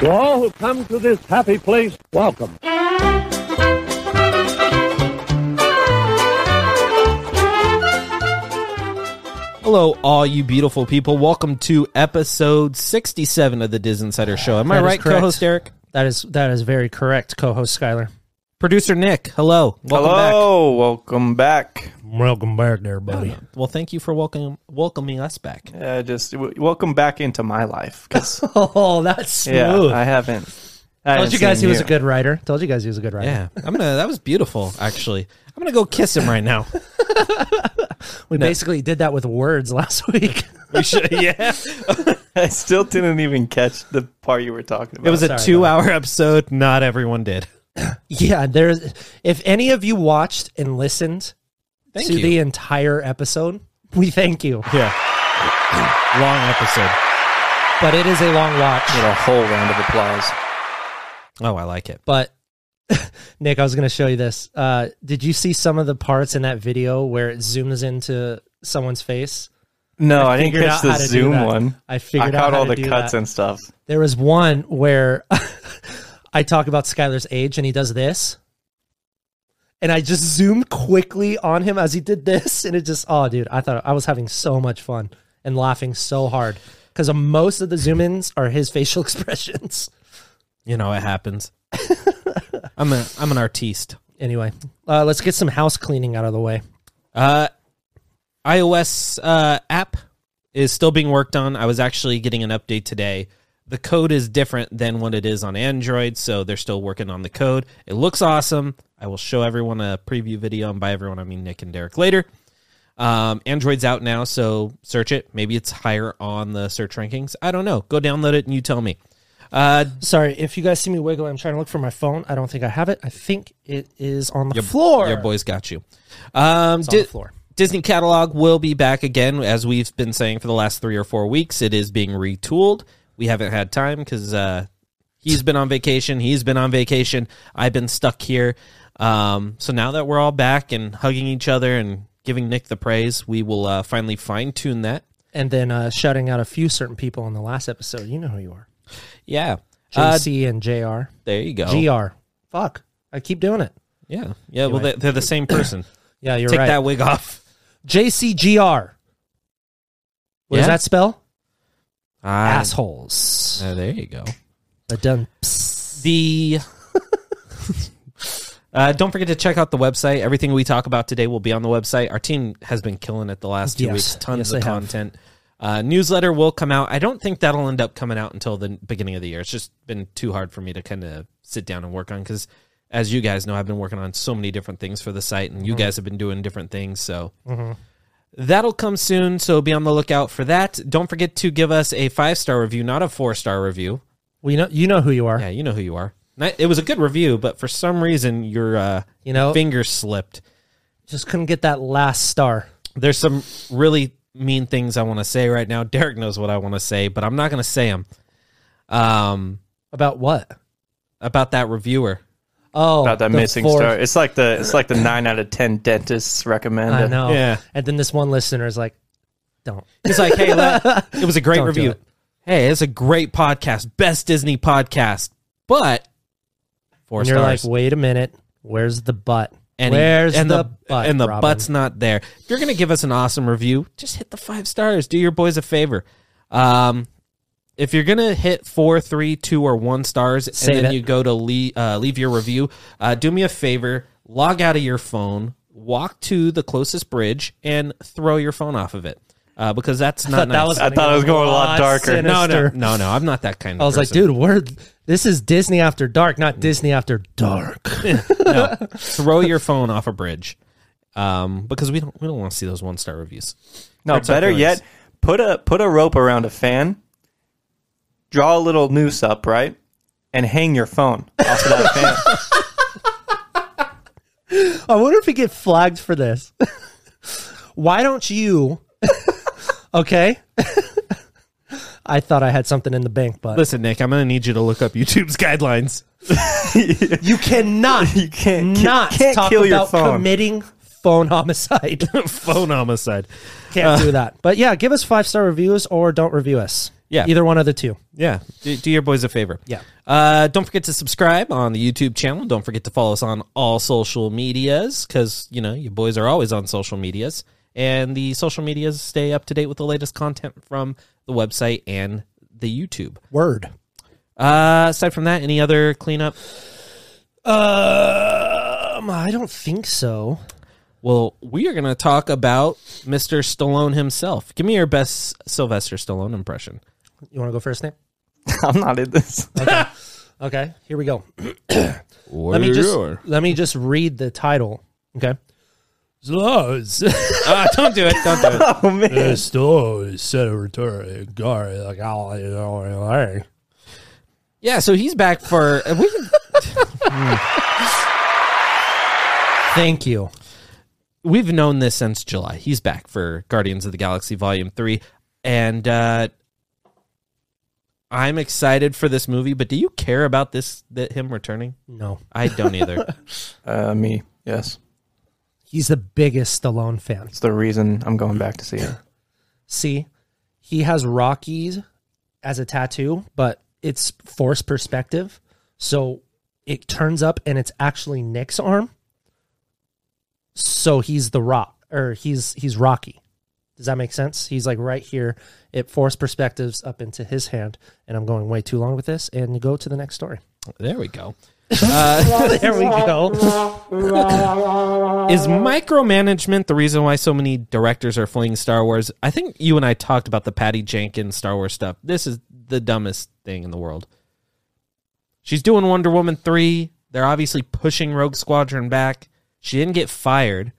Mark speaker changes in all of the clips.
Speaker 1: To all who come to this happy place, welcome.
Speaker 2: Hello, all you beautiful people. Welcome to episode 67 of the Diz Insider Show. Am I
Speaker 3: That is
Speaker 2: right,
Speaker 3: correct.
Speaker 2: co host Eric?
Speaker 3: That is that is very correct, co-host Skyler.
Speaker 2: Producer Nick, hello. Welcome
Speaker 4: Hello, welcome back.
Speaker 3: Welcome back there, buddy.
Speaker 2: back. Well, thank you for welcome, welcoming us back.
Speaker 4: Yeah, just w- welcome back into my life. 'cause,
Speaker 3: Oh, that's
Speaker 4: yeah,
Speaker 3: smooth.
Speaker 4: I haven't. I
Speaker 3: Told
Speaker 4: haven't
Speaker 3: you guys he
Speaker 4: seen
Speaker 3: was
Speaker 4: you.
Speaker 3: a good writer. Told you guys he was a good writer.
Speaker 2: Yeah, I'm gonna. That was beautiful, actually. I'm gonna go kiss him right now.
Speaker 3: We basically did that with words last week.
Speaker 2: We should- yeah,
Speaker 4: I still didn't even catch the part you were talking about.
Speaker 2: it was a
Speaker 3: Sorry about
Speaker 2: two-hour episode. Not everyone did.
Speaker 3: yeah, there's if any of you watched and listened
Speaker 2: Thank
Speaker 3: to
Speaker 2: you.
Speaker 3: the entire episode, we thank you.
Speaker 2: yeah, long episode.
Speaker 3: But it is a long watch.
Speaker 4: a whole round of applause.
Speaker 2: Oh, I like it.
Speaker 3: But Nick, I was going to show you this. Uh, did you see some of the parts in that video where it zooms into someone's face?
Speaker 4: No, I, didn't
Speaker 3: figured
Speaker 4: catch
Speaker 3: out
Speaker 4: the
Speaker 3: how to do
Speaker 4: Zoom
Speaker 3: that.
Speaker 4: one.
Speaker 3: I
Speaker 4: I
Speaker 3: figured out
Speaker 4: caught
Speaker 3: how
Speaker 4: all
Speaker 3: to
Speaker 4: the
Speaker 3: do
Speaker 4: cuts
Speaker 3: that.
Speaker 4: and stuff.
Speaker 3: There was one where I talk about Skylar's age and he does this. And I just zoomed quickly on him as he did this. And it just, oh, dude, I thought I was having so much fun and laughing so hard because most of the zoom ins are his facial expressions.
Speaker 2: You know, it happens. I'm a. I'm an artiste.
Speaker 3: Anyway, uh, let's get some house cleaning out of the way.
Speaker 2: Uh, iOS uh, app is still being worked on. I was actually getting an update today. The code is different than what it is on Android, so they're still working on the code. It looks awesome. I will show everyone a preview video, and by everyone, I mean Nick and Derek later. Um, Android's out now, so search it. Maybe it's higher on the search rankings. I don't know. Go download it and you tell me. Uh,
Speaker 3: Sorry, if you guys see me wiggle, I'm trying to look for my phone. I don't think I have it. I think it is on the floor.
Speaker 2: Your boys got you. Um,
Speaker 3: on
Speaker 2: Di-
Speaker 3: the floor.
Speaker 2: Disney catalog will be back again, as we've been saying for the last three or four weeks. It is being retooled. We haven't had time because uh, he's been on vacation. He's been on vacation. I've been stuck here. Um, so now that we're all back and hugging each other and giving Nick the praise, we will uh, finally fine tune that.
Speaker 3: And then uh, shutting out a few certain people in the last episode. You know who you are.
Speaker 2: Yeah. Uh, oh.
Speaker 3: JC and JR.
Speaker 2: there you go.
Speaker 3: GR. Fuck. I keep doing it.
Speaker 2: yeah. Yeah. Well, they- they're the same person.
Speaker 3: Yeah, you're
Speaker 2: Take
Speaker 3: right.
Speaker 2: that wig off.
Speaker 3: JCGR. What
Speaker 2: Yeah.
Speaker 3: does that spell?
Speaker 2: Ah,
Speaker 3: Assholes.
Speaker 2: uh, there you go.
Speaker 3: A dun- psst.
Speaker 2: The uh, don't forget to check out the website. Everything we talk about today will be on the website. Our team has been killing it the last two
Speaker 3: Yes.
Speaker 2: weeks. Tons
Speaker 3: Yes,
Speaker 2: of
Speaker 3: they have.
Speaker 2: content. Uh, newsletter will come out. I don't think that'll end up coming out until the beginning of the year. It's just been too hard for me to kind of sit down and work on because, as you guys know, I've been working on so many different things for the site, and you
Speaker 3: Mm-hmm.
Speaker 2: guys have been doing different things. So that'll come soon. So be on the lookout for that. Don't forget to give us a five star review, not a four star review.
Speaker 3: Well, you know, you know who you are.
Speaker 2: Yeah, you know who you are. Ni- It was a good review, but for some reason your uh,
Speaker 3: You know,
Speaker 2: finger slipped.
Speaker 3: just couldn't get that last star.
Speaker 2: There's some really mean things I want to say right now. Derek knows what I want to say, but I'm not going to say them. Um,
Speaker 3: About what?
Speaker 2: about that reviewer.
Speaker 3: Oh,
Speaker 4: About that
Speaker 3: the
Speaker 4: missing
Speaker 3: fourth-
Speaker 4: star. It's like the it's like the nine out of ten dentists recommend.
Speaker 3: I
Speaker 4: it.
Speaker 3: know.
Speaker 2: Yeah.
Speaker 3: And then this one listener is like, don't.
Speaker 2: He's like, "Hey, that, it was a great
Speaker 3: Don't do
Speaker 2: review.
Speaker 3: it.
Speaker 2: Hey, it's a great podcast, best Disney podcast, but four
Speaker 3: and you're
Speaker 2: stars."
Speaker 3: like, wait a minute, where's the butt?
Speaker 2: and he-
Speaker 3: where's
Speaker 2: and
Speaker 3: the, butt?
Speaker 2: and the
Speaker 3: Robin?
Speaker 2: butt's not there. If you're gonna give us an awesome review, just hit the five stars. Do your boys a favor. Um, if you're gonna hit four, three, two, or one stars,
Speaker 3: Say
Speaker 2: and then
Speaker 3: that.
Speaker 2: you go to leave, uh, leave your review, uh, do me a favor: log out of your phone, walk to the closest bridge, and throw your phone off of it uh, because that's not
Speaker 3: thought that
Speaker 2: nice.
Speaker 3: was
Speaker 4: I thought it was going a lot darker.
Speaker 3: sinister.
Speaker 2: no, no, no, no. I'm not that kind of.
Speaker 3: I was like, dude, we're this is Disney After Dark, not Disney After Dark.
Speaker 2: throw your phone off a bridge, um, because we don't we don't want to see those one star reviews.
Speaker 4: No,
Speaker 2: our
Speaker 4: better
Speaker 2: feelings.
Speaker 4: yet, put a put a rope around a fan, draw a little noose up, right, and hang your phone off of that fan.
Speaker 3: I wonder if we get flagged for this. Why don't you? okay. I thought I had something in the bank, but
Speaker 2: Listen, Nick, I'm going to need you to look up YouTube's guidelines.
Speaker 3: you cannot,
Speaker 4: You can't ki-
Speaker 3: not
Speaker 4: can't
Speaker 3: talk
Speaker 4: kill your
Speaker 3: about
Speaker 4: phone.
Speaker 3: committing phone homicide.
Speaker 2: Phone homicide.
Speaker 3: Uh. Can't do that. But yeah, give us five star reviews or don't review us.
Speaker 2: Yeah.
Speaker 3: Either one of the two.
Speaker 2: Yeah. Do, do your boys a favor.
Speaker 3: Yeah.
Speaker 2: Uh, don't forget to subscribe on the YouTube channel. Don't forget to follow us on all social medias because, you know, your boys are always on social medias. And the social medias stay up to date with the latest content from the website and the YouTube.
Speaker 3: Word.
Speaker 2: Uh, aside from that, any other cleanup?
Speaker 3: Um, I don't think so.
Speaker 2: Well, we are going to talk about Mr. Stallone himself. Give me your best Sylvester Stallone impression.
Speaker 3: You want to go first, Nick?
Speaker 4: I'm not in this.
Speaker 3: Okay, here we go. let me just let me just read the title. Okay. Stars,
Speaker 2: Uh, don't do it. Don't do it.
Speaker 4: Oh man.
Speaker 3: stars, territory, guard, like all you know,
Speaker 2: Yeah, so he's back for. We
Speaker 3: Thank you.
Speaker 2: we've known this since July. He's back for Guardians of the Galaxy Volume 3. And uh, I'm excited for this movie, but do you care about this, that him returning?
Speaker 3: No,
Speaker 2: I don't either.
Speaker 4: Uh, me. Yes.
Speaker 3: he's the biggest Stallone fan.
Speaker 4: It's the reason I'm going back to see it.
Speaker 3: See, he has Rockies as a tattoo, but it's forced perspective, so it turns up and it's actually Nick's arm. So he's the Rock, or he's he's Rocky. Does that make sense? He's like right here. It forced perspectives up into his hand, and I'm going way too long with this. And you go to the next story.
Speaker 2: there we go.
Speaker 3: there we go.
Speaker 2: Is micromanagement the reason why so many directors are fleeing Star Wars? I think you and I talked about the Patty Jenkins Star Wars stuff. This is the dumbest thing in the world. She's doing Wonder Woman 3. They're obviously pushing Rogue Squadron back. She didn't get fired.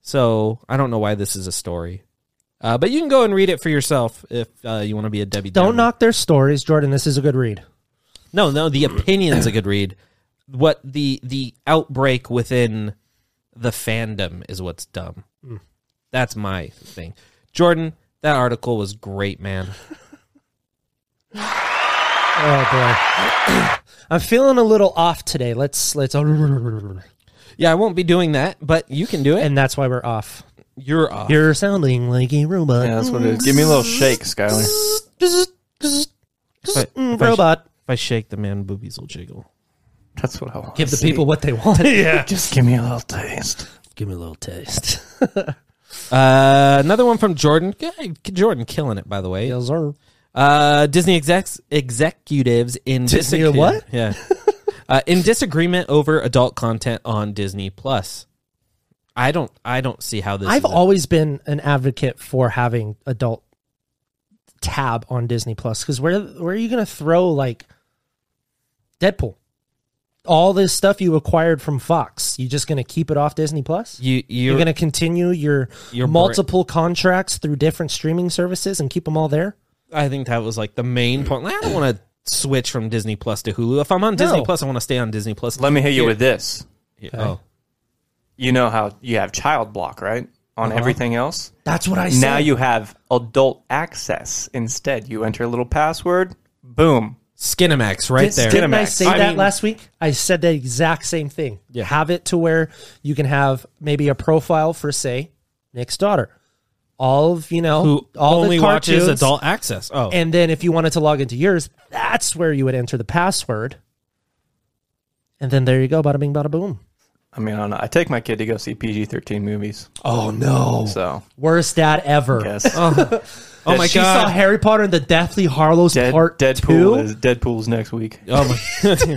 Speaker 2: So I don't know why this is a story. Uh, but you can go and read it for yourself if uh, you want to be a Debbie
Speaker 3: Don't
Speaker 2: Downer.
Speaker 3: knock their stories, Jordan. This is a good read.
Speaker 2: No, no, the opinion's a good read. What the the outbreak within the fandom is what's dumb. That's my thing. Jordan, that article was great, man.
Speaker 3: Oh boy, I'm feeling a little off today. Let's let's.
Speaker 2: Yeah, I won't be doing that, but you can do it. And
Speaker 3: and that's why we're off.
Speaker 2: you're off.
Speaker 3: You're sounding like a robot.
Speaker 4: Yeah, that's what it is. Give me a little shake, Skyler.
Speaker 2: if, I,
Speaker 3: Mm,
Speaker 2: if I-
Speaker 3: robot.
Speaker 2: if I shake the man, boobies will jiggle.
Speaker 4: That's what I want.
Speaker 3: Give
Speaker 4: to
Speaker 3: the
Speaker 4: see.
Speaker 3: people what they want. yeah.
Speaker 4: Just give me a little taste.
Speaker 3: Give me a little taste.
Speaker 2: Uh, another one from Jordan. Yeah, Jordan killing it, by the way. Uh, Disney execs executives in
Speaker 3: Disney
Speaker 2: disagre-
Speaker 3: what?
Speaker 2: Yeah, uh, in disagreement over adult content on Disney Plus. I don't. I don't see how this.
Speaker 3: I've
Speaker 2: is a-
Speaker 3: always been an advocate for having adult tab on Disney Plus because where where are you going to throw like Deadpool? All this stuff you acquired from Fox, you just going to keep it off Disney Plus?
Speaker 2: you.
Speaker 3: You're,
Speaker 2: You're,
Speaker 3: going to continue your,
Speaker 2: Your bra-
Speaker 3: multiple contracts through different streaming services and keep them all there?
Speaker 2: I think that was like the main point. Like, I don't want to switch from Disney Plus to Hulu. If I'm on Disney
Speaker 3: No.
Speaker 2: Plus, I want to stay on Disney Plus.
Speaker 4: Let me hit you with this.
Speaker 2: Here- Oh,
Speaker 4: You know how you have child block, right? On everything else.
Speaker 3: That's what Uh-huh. I said.
Speaker 4: Now you have adult access instead. You enter a little password. Boom.
Speaker 2: Skinemax right there.
Speaker 4: Skin-
Speaker 3: Didn't I
Speaker 4: Cinemax.
Speaker 3: say
Speaker 4: I
Speaker 3: that
Speaker 4: mean-
Speaker 3: last week? I said the exact same thing. Have it to where you can have maybe a profile for, say, Nick's daughter. All of you know,
Speaker 2: who
Speaker 3: all
Speaker 2: only
Speaker 3: the
Speaker 2: watches
Speaker 3: cartoons.
Speaker 2: adult access. Oh,
Speaker 3: And then if you wanted to log into yours, that's where you would enter the password. And then there you go, bada bing, bada boom.
Speaker 4: I mean, I don't know. I take my kid to go see PG 13 movies.
Speaker 3: Oh no!
Speaker 4: So,
Speaker 3: Worst dad ever.
Speaker 4: yes.
Speaker 3: Uh,
Speaker 2: oh my
Speaker 3: She saw
Speaker 2: god.
Speaker 3: Harry Potter and the Deathly Harlows
Speaker 4: Dead,
Speaker 3: Part Two.
Speaker 4: Deadpool is Deadpool's next week.
Speaker 2: oh my.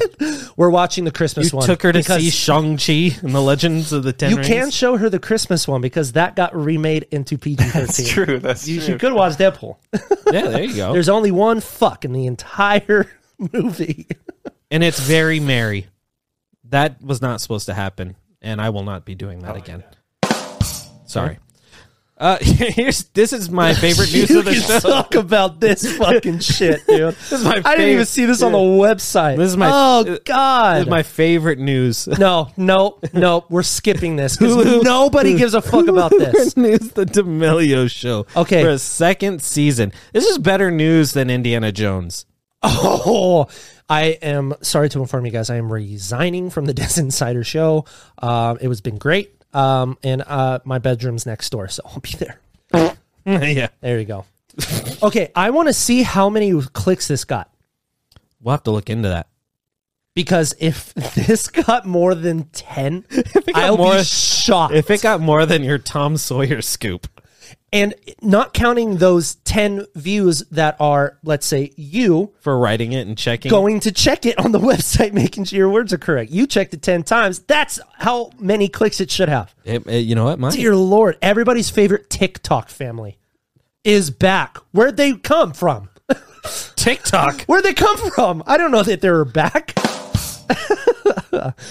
Speaker 3: We're watching the Christmas
Speaker 2: You
Speaker 3: one.
Speaker 2: took her to
Speaker 3: because
Speaker 2: see Shang Chi and the Legends of the Ten
Speaker 3: You
Speaker 2: Rings.
Speaker 3: can show her the Christmas one because that got remade into PG thirteen.
Speaker 4: It's true. That's
Speaker 3: You,
Speaker 4: true.
Speaker 3: she could watch Deadpool.
Speaker 2: Yeah, there you go.
Speaker 3: There's only one fuck in the entire movie.
Speaker 2: and it's very merry. That was not supposed to happen, and I will not be doing that again. Sorry. Uh, here's this is my favorite news
Speaker 3: you
Speaker 2: of the
Speaker 3: can
Speaker 2: show.
Speaker 3: talk about this fucking shit, dude.
Speaker 2: is my
Speaker 3: I didn't even
Speaker 2: favorite-
Speaker 3: see this on the website.
Speaker 2: This is my-
Speaker 3: oh god.
Speaker 2: This is my favorite news.
Speaker 3: no, no, no. We're skipping this because nobody gives a fuck about this.
Speaker 2: news the D'Amelio show.
Speaker 3: Okay.
Speaker 2: for a second season. This is better news than Indiana Jones.
Speaker 3: Oh, I am sorry to inform you guys. I am resigning from the Des Insider Show. Uh, it was been great, um, and uh, my bedroom's next door, so I'll be there.
Speaker 2: yeah,
Speaker 3: There you go. Okay, I want to see how many clicks this got
Speaker 2: We'll have to look into that.
Speaker 3: because if this got more than 10,
Speaker 2: got
Speaker 3: I'll
Speaker 2: more-
Speaker 3: be shocked.
Speaker 2: If it got more than your Tom Sawyer scoop,
Speaker 3: and not counting those 10 views that are, let's say, you
Speaker 2: for writing it and checking.
Speaker 3: going to check it on the website, making sure your words are correct. You checked it 10 times. That's how many clicks it should have.
Speaker 2: It- it- you know what, Mike?
Speaker 3: Dear Lord, everybody's favorite TikTok family is back. Where'd they come from?
Speaker 2: TikTok.
Speaker 3: Where'd they come from? I don't know that they were back.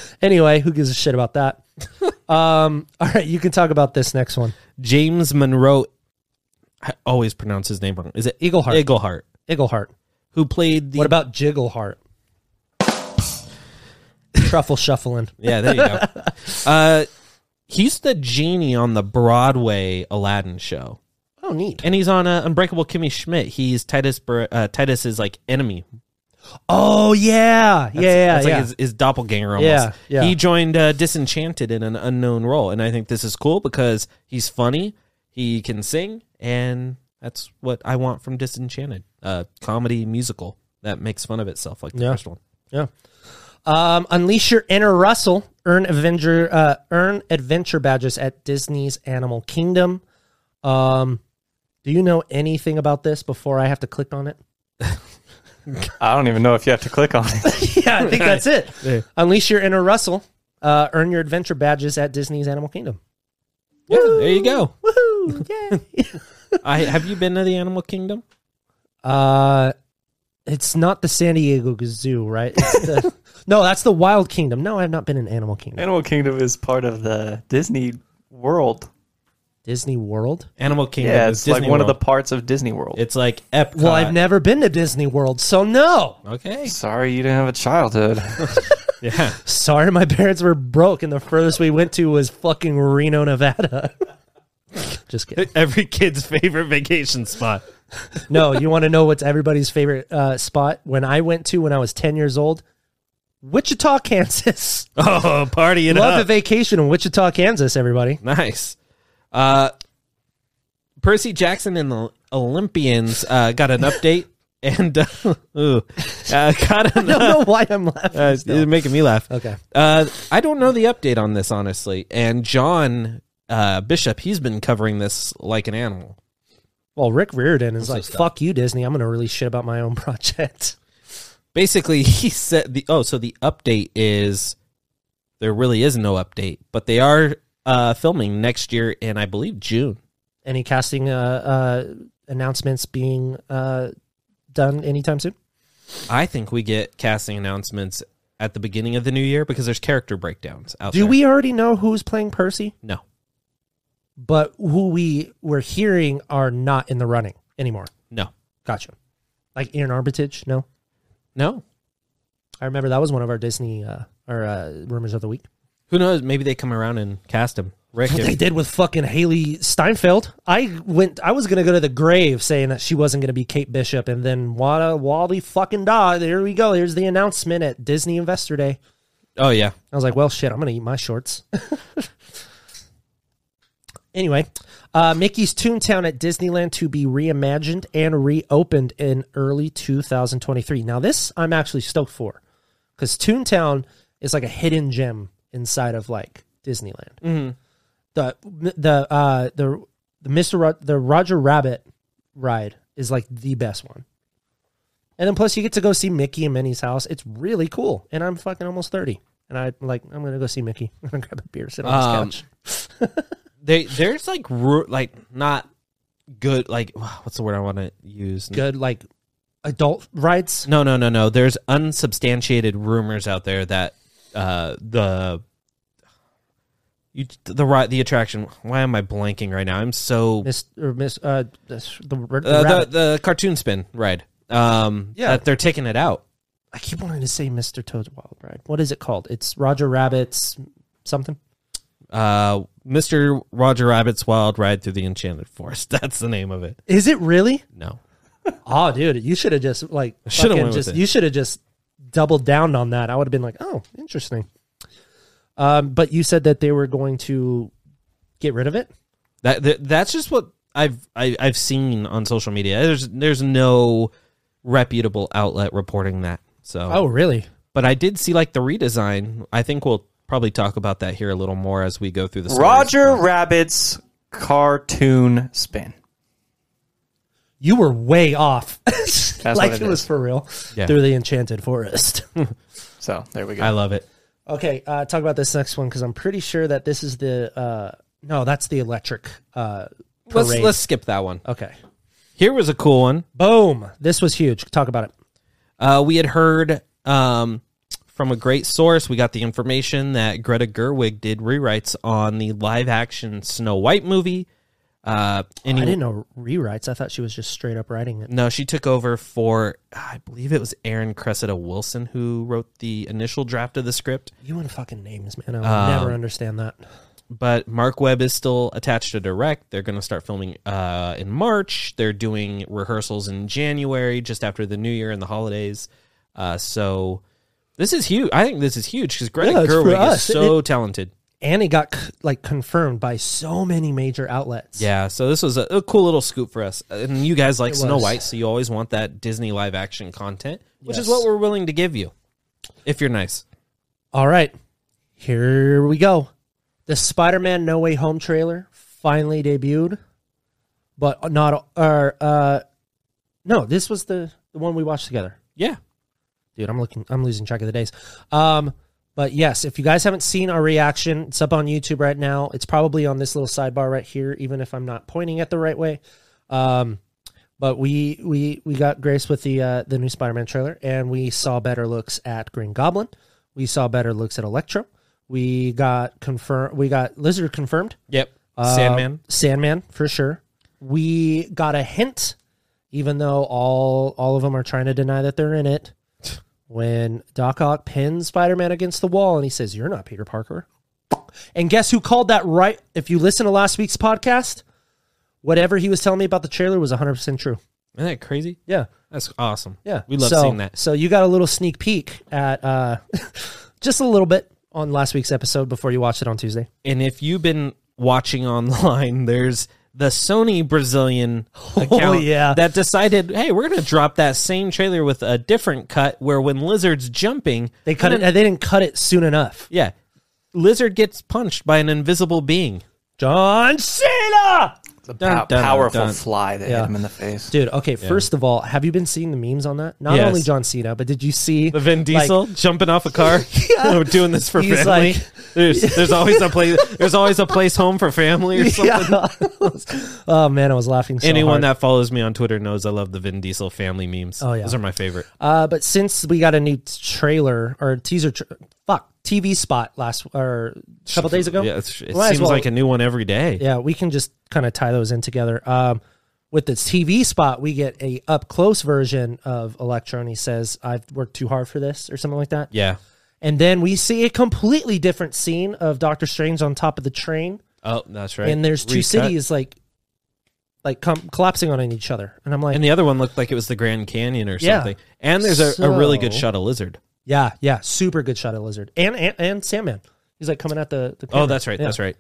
Speaker 3: anyway, who gives a shit about that? um, all right, you can talk about this next one.
Speaker 2: James Monroe. I always pronounce his name wrong. Is it
Speaker 3: Eagleheart.
Speaker 2: Eagleheart,
Speaker 3: Iggleheart.
Speaker 2: who played the
Speaker 3: What about Jiggleheart? Truffle shuffling.
Speaker 2: Yeah, there you go. uh, he's the genie on the Broadway Aladdin show,
Speaker 3: Oh, neat.
Speaker 2: and he's on uh, Unbreakable Kimmy Schmidt. He's Titus Bur- uh, Titus's like enemy.
Speaker 3: Oh yeah, yeah, yeah,
Speaker 2: That's like
Speaker 3: yeah.
Speaker 2: his, his doppelganger almost.
Speaker 3: Yeah, yeah.
Speaker 2: He joined uh, Disenchanted in an unknown role, and I think this is cool because he's funny, he can sing, and that's what I want from Disenchanted: uh, comedy musical that makes fun of itself, like the
Speaker 3: Yeah.
Speaker 2: first one.
Speaker 3: Yeah. Um, unleash your inner Russell. Earn adventure. Uh, earn adventure badges at Disney's Animal Kingdom. Um, do you know anything about this before I have to click on it?
Speaker 4: I don't even know if you have to click on it.
Speaker 3: yeah, I think that's it. Unleash your inner Russell. Uh, earn your adventure badges at Disney's Animal Kingdom.
Speaker 2: Yeah, there you go.
Speaker 3: Woohoo! Yay!
Speaker 2: I have you been to the Animal Kingdom?
Speaker 3: uh, it's not the San Diego Zoo, right? It's the, no, that's the Wild Kingdom. No, I have not been in Animal Kingdom.
Speaker 4: Animal Kingdom is part of the Disney World.
Speaker 3: Disney World.
Speaker 2: Animal Kingdom.
Speaker 4: Yeah,
Speaker 2: is
Speaker 4: it's like
Speaker 2: Disney
Speaker 4: one of
Speaker 2: World.
Speaker 4: the parts of Disney World.
Speaker 2: It's like Epcot.
Speaker 3: Well, I've never been to Disney World, so no.
Speaker 2: Okay.
Speaker 4: Sorry, you didn't have a childhood.
Speaker 2: Yeah.
Speaker 3: Sorry, my parents were broke, and the furthest we went to was fucking Reno, Nevada. Just kidding.
Speaker 2: Every kid's favorite vacation spot.
Speaker 3: No, you want to know what's everybody's favorite uh, spot? When I went to when I was 10 years old, Wichita, Kansas.
Speaker 2: Oh, party it
Speaker 3: Love
Speaker 2: up.
Speaker 3: a vacation in Wichita, Kansas, everybody.
Speaker 2: Nice. Uh, Percy Jackson and the Olympians uh, got an update and uh, ooh, uh, got an.
Speaker 3: I don't know why I'm laughing.
Speaker 2: Uh,
Speaker 3: still.
Speaker 2: it's making me laugh.
Speaker 3: Okay.
Speaker 2: Uh, I don't know the update on this honestly. And John uh, Bishop, he's been covering this like an animal.
Speaker 3: Well, Rick Riordan is like,
Speaker 2: stuff.
Speaker 3: fuck you, Disney. I'm going to release shit about my own project.
Speaker 2: basically he said the oh so the update is there really is no update but they are uh filming next year in i believe june
Speaker 3: Any casting uh, uh, announcements being uh, done anytime soon?
Speaker 2: i think we get casting announcements at the beginning of the new year because there's character breakdowns out
Speaker 3: Do
Speaker 2: there.
Speaker 3: we already know who's playing Percy?
Speaker 2: no
Speaker 3: But who we were hearing are not in the running anymore.
Speaker 2: no
Speaker 3: Gotcha. Like Ian Armitage? No.
Speaker 2: no
Speaker 3: I remember that was one of our Disney uh, our uh, rumors of the week.
Speaker 2: who knows maybe they come around and cast him rick
Speaker 3: What
Speaker 2: if-
Speaker 3: they did with fucking Haley Steinfeld. I went. I was gonna go to the grave saying that she wasn't gonna be Kate Bishop, and then wada wally fucking da. There we go. Here's the announcement at Disney Investor Day.
Speaker 2: oh yeah
Speaker 3: I was like, well, shit. I'm gonna eat my shorts. anyway, uh, Mickey's Toontown at Disneyland to be reimagined and reopened in early 2023. Now, this I'm actually stoked for because Toontown is like a hidden gem inside of like Disneyland the the uh the the Mr. Ro- the Roger Rabbit ride is like the best one. And then plus you get to go see Mickey and Minnie's house. It's really cool. And I'm fucking almost 30. And I like I'm going to go see Mickey. I'm going to grab a beer, sit on
Speaker 2: Um,
Speaker 3: his couch.
Speaker 2: they there's like ru- like not good like what's the word i want to use
Speaker 3: Good like adult rides.
Speaker 2: No, no, no, no. There's unsubstantiated rumors out there that uh, the you, the right the attraction. Why am I blanking right now? I'm so
Speaker 3: Miss or Miss uh this- the, r- the
Speaker 2: uh, the
Speaker 3: rabbit.
Speaker 2: the cartoon spin ride. Um,
Speaker 3: Yeah.
Speaker 2: that they're taking it out.
Speaker 3: I keep wanting to say Mr. Toad's Wild Ride. What is it called? It's Roger Rabbit's something.
Speaker 2: Uh, Mr. Roger Rabbit's Wild Ride Through the Enchanted Forest. That's the name of it.
Speaker 3: Is it really?
Speaker 2: No,
Speaker 3: Oh, dude, you should have just like
Speaker 2: shoulda
Speaker 3: fucking
Speaker 2: went with
Speaker 3: just
Speaker 2: it.
Speaker 3: you should have just doubled down on that. I would have been like, oh, interesting. Um, but you said that they were going to get rid of it.
Speaker 2: that, that that's just what I've I, I've seen on social media. There's there's no reputable outlet reporting that. So
Speaker 3: Oh, really?
Speaker 2: but I did see like the redesign. I think we'll probably talk about that here a little more as we go through the stories.
Speaker 4: Roger Rabbit's cartoon spin.
Speaker 3: You were way off. like
Speaker 4: what
Speaker 3: it,
Speaker 4: it
Speaker 3: was
Speaker 4: is.
Speaker 3: for real.
Speaker 2: Yeah.
Speaker 3: Through the enchanted forest.
Speaker 4: So there we go.
Speaker 2: I love it.
Speaker 3: okay, uh, talk about this next one because I'm pretty sure that this is the. Uh, no, that's the electric. Uh,
Speaker 2: Let's
Speaker 3: parade.
Speaker 2: let's skip that one.
Speaker 3: okay.
Speaker 2: Here was a cool one.
Speaker 3: Boom. This was huge. Talk about it.
Speaker 2: Uh, we had heard um, from a great source. We got the information that Greta Gerwig did rewrites on the live action Snow White movie. Uh, and
Speaker 3: I didn't know rewrites. I thought she was just straight up writing it.
Speaker 2: No, she took over for I believe it was Aaron Cressida Wilson who wrote the initial draft of the script.
Speaker 3: You and fucking names, man. I will never understand that.
Speaker 2: but Mark Webb is still attached to direct. They're going to start filming uh, in March. They're doing rehearsals in January, just after the New Year and the holidays. Uh, so this is huge. I think this is huge because Greta
Speaker 3: Yeah, it's for
Speaker 2: Gerwig is
Speaker 3: us.
Speaker 2: so talented.
Speaker 3: And it got c- like confirmed by so many major outlets.
Speaker 2: Yeah. So this was a, a cool little scoop for us, and you guys like
Speaker 3: It
Speaker 2: Snow
Speaker 3: was.
Speaker 2: White, so you always want that Disney live action content, which is
Speaker 3: Yes.
Speaker 2: what we're willing to give you if you're nice.
Speaker 3: All right, here we go. The Spider-Man No Way Home trailer finally debuted, but not. Or uh, no, this was the the one we watched together.
Speaker 2: Yeah.
Speaker 3: dude i'm looking i'm losing track of the days um but yes if you guys haven't seen our reaction it's up on youtube right now it's probably on this little sidebar right here even if i'm not pointing it the right way um but we we we got grace with the uh the new spider-man trailer and we saw better looks at green goblin we saw better looks at electro we got confirmed we got lizard confirmed
Speaker 2: Yep.
Speaker 3: uh,
Speaker 2: Sandman.
Speaker 3: Sandman for sure. We got a hint, even though all all of them are trying to deny that they're in it. When Doc Ock pins Spider Man against the wall and he says, "You're not Peter Parker," and guess who called that right? If you listen to last week's podcast, whatever he was telling me about the trailer was 100 percent true.
Speaker 2: Isn't that crazy?
Speaker 3: Yeah,
Speaker 2: That's awesome.
Speaker 3: yeah,
Speaker 2: We love
Speaker 3: so,
Speaker 2: seeing that.
Speaker 3: So you got a little sneak peek at uh, just a little bit on last week's episode before you watched it on Tuesday.
Speaker 2: and if you've been watching online, there's the Sony Brazilian account
Speaker 3: Oh, yeah.
Speaker 2: that decided, hey, we're gonna drop that same trailer with a different cut where when Lizard's jumping,
Speaker 3: They cut it. They didn't cut it soon enough.
Speaker 2: yeah, Lizard gets punched by an invisible being.
Speaker 3: John Cena.
Speaker 4: It's a
Speaker 2: Dun,
Speaker 4: pow-
Speaker 2: dun,
Speaker 4: powerful
Speaker 2: dun.
Speaker 4: fly that
Speaker 3: Yeah.
Speaker 4: hit him in the face.
Speaker 3: Dude, okay, first of all, have you been seeing the memes on that? Not
Speaker 2: Yes.
Speaker 3: only John Cena, but did you see
Speaker 2: The Vin
Speaker 3: like,
Speaker 2: Diesel jumping off a car. We're doing this for
Speaker 3: He's
Speaker 2: family.
Speaker 3: like-
Speaker 2: there's there's always a place there's always a place home for family or something.
Speaker 3: Yeah. oh man, I was laughing so
Speaker 2: Anyone
Speaker 3: hard.
Speaker 2: that follows me on Twitter knows I love the Vin Diesel family memes.
Speaker 3: Oh, yeah.
Speaker 2: Those are my favorite.
Speaker 3: uh, but since we got a new trailer or teaser, tra- fuck TV spot last or a couple days ago,
Speaker 2: Yeah, it's, it
Speaker 3: Might as
Speaker 2: seems
Speaker 3: well-
Speaker 2: like a new one every day.
Speaker 3: yeah, we can just kind of tie those in together. Um, with this TV spot, we get a up close version of Electro, and he says, "I've worked too hard for this," or something like that.
Speaker 2: Yeah.
Speaker 3: And then we see a completely different scene of Doctor Strange on top of the train.
Speaker 2: Oh, that's right.
Speaker 3: and there's two
Speaker 2: Recut.
Speaker 3: cities like like com- collapsing on each other and i'm like
Speaker 2: And the other one looked like it was the Grand Canyon or
Speaker 3: Yeah.
Speaker 2: something. And there's a, a really good
Speaker 3: So-
Speaker 2: shot of lizard.
Speaker 3: yeah yeah super good shot at lizard and and, and sandman he's like coming at the, the
Speaker 2: Oh,
Speaker 3: camera.
Speaker 2: that's right.
Speaker 3: Yeah.
Speaker 2: That's right.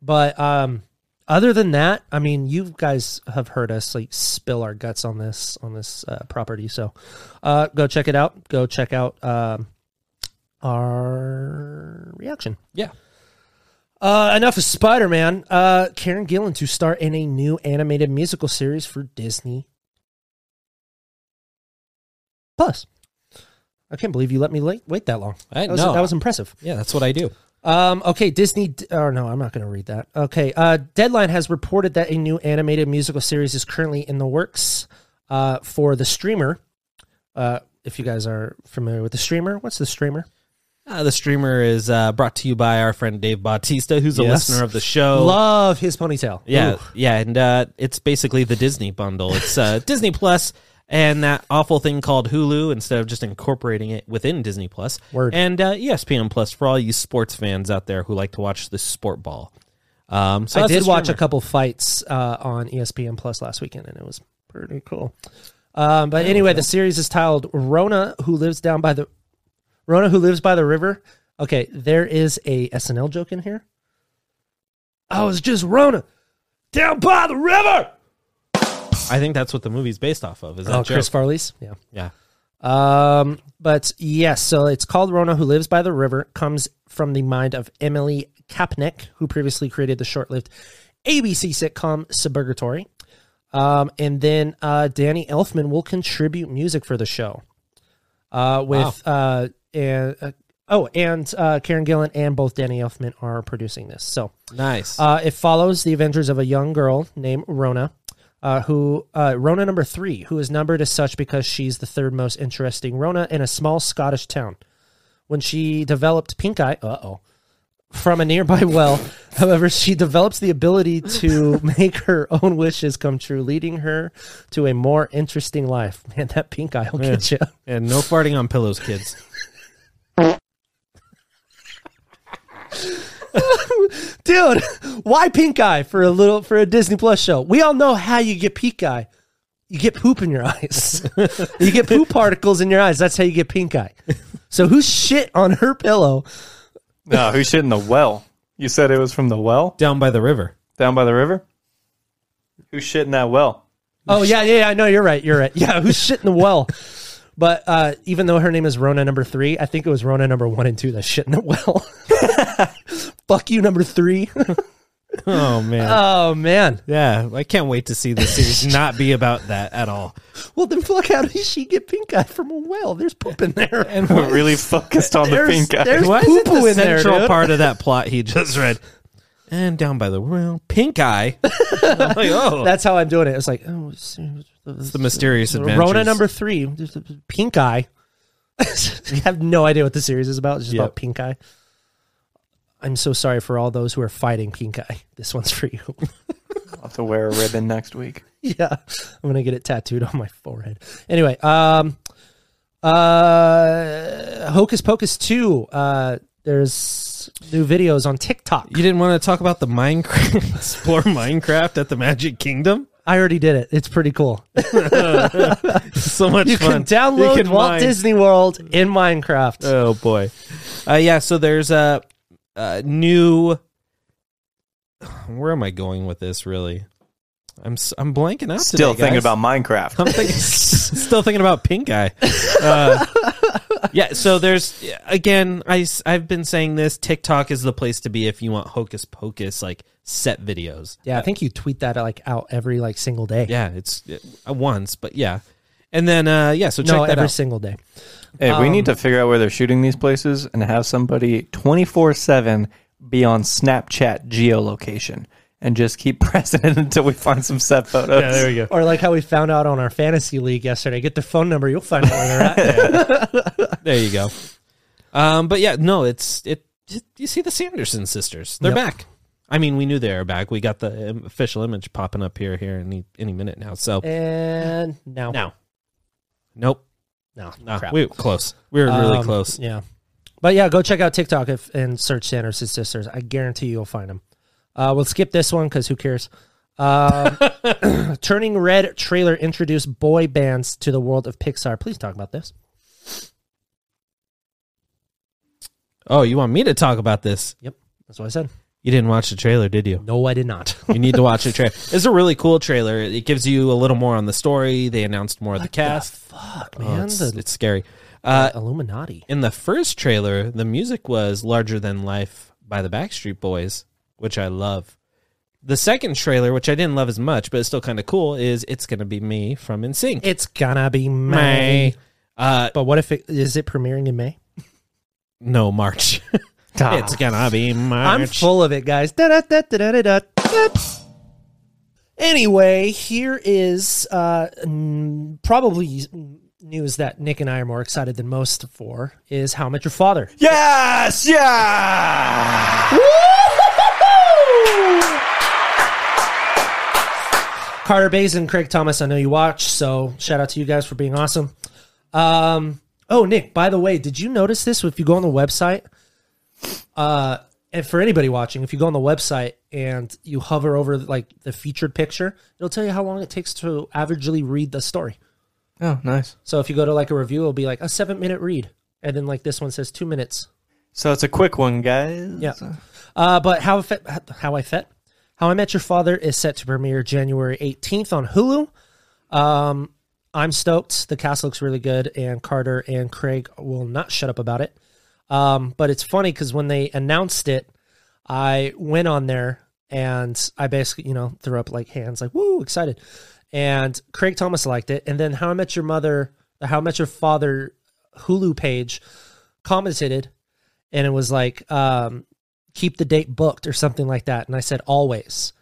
Speaker 3: but um other than that i mean you guys have heard us like spill our guts on this on this uh, property so uh go check it out go check out um our reaction
Speaker 2: Yeah.
Speaker 3: Uh, enough of Spider Man. Uh, Karen Gillan to star in a new animated musical series for Disney Plus. I can't believe you let me late, wait that long.
Speaker 2: I-
Speaker 3: that was,
Speaker 2: no.
Speaker 3: that was impressive.
Speaker 2: Yeah, that's what I do.
Speaker 3: Um, okay, Disney. Oh no, I'm not going to read that. Okay, uh, Deadline has reported that a new animated musical series is currently in the works uh, for the streamer. Uh, if you guys are familiar with the streamer, what's the streamer?
Speaker 2: Uh, the streamer is uh, brought to you by our friend Dave Bautista, who's a
Speaker 3: Yes.
Speaker 2: listener of the show.
Speaker 3: Love his ponytail.
Speaker 2: yeah,
Speaker 3: Ooh.
Speaker 2: yeah, and uh, it's basically the Disney bundle. It's uh, Disney Plus and that awful thing called Hulu instead of just incorporating it within Disney Plus.
Speaker 3: Word.
Speaker 2: And uh, ESPN Plus for all you sports fans out there who like to watch the sport ball. Um, so
Speaker 3: I
Speaker 2: that's the
Speaker 3: did watch a
Speaker 2: streamer.
Speaker 3: couple fights uh, on ESPN Plus last weekend, and it was pretty cool. Um, but anyway, the series is titled "Rona Who Lives Down by the Rona Who Lives by the River." Okay, there is a SNL joke in here. I was just Oh, Rona
Speaker 1: down by the river.
Speaker 2: I think that's what the movie's based off of. Is that
Speaker 3: Oh,
Speaker 2: Joe?
Speaker 3: Chris Farley's. Yeah.
Speaker 2: Yeah.
Speaker 3: Um, but yes, so it's called Rona Who Lives by the River, comes from the mind of Emily Kapnick, who previously created the short lived ABC sitcom Suburgatory. Um, and then uh, Danny Elfman will contribute music for the show. Uh, with uh, and uh, oh, and uh, Karen Gillan and both Danny Elfman are producing this. So
Speaker 2: Nice.
Speaker 3: uh, it follows the adventures of a young girl named Rona, uh, who uh, Rona number three, who is numbered as such because she's the third most interesting Rona in a small Scottish town. When she developed pink eye, uh oh, from a nearby well. However, she develops the ability to make her own wishes come true, leading her to a more interesting life. Man, that pink eye will get you.
Speaker 2: and no farting on pillows, kids.
Speaker 3: dude why pink eye for a little for a disney plus show we all know how you get pink eye you get poop in your eyes you get poop particles in your eyes that's how you get pink eye so who shit on her pillow
Speaker 4: No, who shit in the well? You said it was from the well
Speaker 2: Down by the river.
Speaker 4: down by the river. Who shit in that well?
Speaker 3: oh yeah yeah i know you're right you're right yeah who's shit in the well but uh, even though her name is rona number three i think it was rona number one and two that shit in the well fuck you number three.
Speaker 2: Oh man.
Speaker 3: Oh man
Speaker 2: yeah, I can't wait to see this series not be about that at all.
Speaker 3: well then fuck how did she get pink eye from a well there's poop in there
Speaker 2: And
Speaker 4: We're really focused on the
Speaker 3: There's-
Speaker 4: pink eye.
Speaker 3: there's-
Speaker 2: Why is it
Speaker 3: Poo-poo
Speaker 2: the
Speaker 3: in there,
Speaker 2: central
Speaker 3: dude.
Speaker 2: part of that plot he just read? And down by the well, pink eye. I'm like, oh, that's
Speaker 3: That's how I'm doing it. It's like, oh, it's, it's
Speaker 2: the mysterious adventure.
Speaker 3: Rona number three, Pink Eye. you have no idea what the series is about. It's just
Speaker 2: Yep.
Speaker 3: about Pink Eye. I'm so sorry for all those who are fighting Pink Eye. This one's for you.
Speaker 4: I'll have to wear a ribbon next week.
Speaker 3: yeah, I'm gonna get it tattooed on my forehead. Anyway, um, uh, Hocus Pocus two. Uh, there's new videos on TikTok.
Speaker 2: You didn't want to talk about the Minecraft, explore Minecraft at the Magic Kingdom?
Speaker 3: I already did it. It's pretty cool.
Speaker 2: So much
Speaker 3: You
Speaker 2: fun.
Speaker 3: can download
Speaker 2: can
Speaker 3: Walt
Speaker 2: mine.
Speaker 3: Disney World in Minecraft.
Speaker 2: Oh boy, uh, yeah. So there's a, a new. Where am I going with this? Really, I'm s- I'm blanking out.
Speaker 4: Still
Speaker 2: today,
Speaker 4: thinking
Speaker 2: guys.
Speaker 4: about Minecraft.
Speaker 2: I'm thinking, still thinking about pink eye. Uh, yeah, so there's again. I have been saying this. TikTok is the place to be if you want hocus pocus like set videos.
Speaker 3: Yeah, I think you tweet that like out every like single day.
Speaker 2: Yeah, it's uh, once, but yeah, and then uh, yeah. So check
Speaker 3: no,
Speaker 2: that
Speaker 3: every
Speaker 2: out.
Speaker 3: single day.
Speaker 4: Hey, we need to figure out where they're shooting these places and have somebody 24 7 be on Snapchat geolocation and just keep pressing it until we find some set photos.
Speaker 2: yeah, there we go.
Speaker 3: Or like how we found out on our fantasy league yesterday. Get the phone number, you'll find out where they're at.
Speaker 2: There you go. Um, but yeah, no, it's it. You see the Sanderson sisters? They're
Speaker 3: Yep.
Speaker 2: back. I mean, we knew they were back. We got the um, official image popping up here here any any minute now. So
Speaker 3: And now,
Speaker 2: now, nope,
Speaker 3: no,
Speaker 2: nah,
Speaker 3: crap.
Speaker 2: we were close. We were really
Speaker 3: Um,
Speaker 2: close.
Speaker 3: Yeah, but yeah, go check out TikTok if, and search Sanderson Sisters. I guarantee you'll find them. Uh, we'll skip this one because who cares? Um Turning Red trailer introduced boy bands to the world of Pixar. Please talk about this.
Speaker 2: Oh, you want me to talk about this?
Speaker 3: Yep, that's what I said.
Speaker 2: You didn't watch the trailer, did you?
Speaker 3: No, I did not.
Speaker 2: You need to watch the trailer. It's a really cool trailer. It gives you a little more on the story. They announced more of the cast.
Speaker 3: Fuck,
Speaker 2: Oh,
Speaker 3: man,
Speaker 2: it's,
Speaker 3: the
Speaker 2: it's scary. Uh,
Speaker 3: Illuminati.
Speaker 2: in the first trailer, the music was Larger Than Life by the Backstreet Boys, which I love. The second trailer, which I didn't love as much, but it's still kind of cool, is It's Gonna Be Me from NSYNC.
Speaker 3: It's gonna be May.
Speaker 2: Uh,
Speaker 3: But what if it is it premiering in May?
Speaker 2: no, March. it's gonna be March.
Speaker 3: I'm full of it, guys. Da-da-da-da-da-da. Anyway, here is uh, mm, probably news that Nick and I are more excited than most for is How I Met Your Father.
Speaker 4: Yes! Yeah!
Speaker 3: Carter Bays and Craig Thomas, I know you watch, so shout out to you guys for being awesome. Um, oh, Nick, by the way, did you notice this? If you go on the website, uh, and for anybody watching, if you go on the website and you hover over like the featured picture, it'll tell you how long it takes to averagely read the story.
Speaker 4: Oh, nice.
Speaker 3: So if you go to like a review, it'll be like a seven minute read, and then like this one says two minutes.
Speaker 4: So it's a quick one, guys.
Speaker 3: Yeah. Uh, but how fe- how I fet How I Met Your Father is set to premiere January 18th on Hulu. Um, I'm stoked. The cast looks really good, and Carter and Craig will not shut up about it. Um, but it's funny because when they announced it, I went on there and I basically, you know, threw up like hands, like "woo, excited." And Craig Thomas liked it, and then How I Met Your Mother, the How I Met Your Father Hulu page commented, and it was like, um, "Keep the date booked" or something like that. And I said, "Always."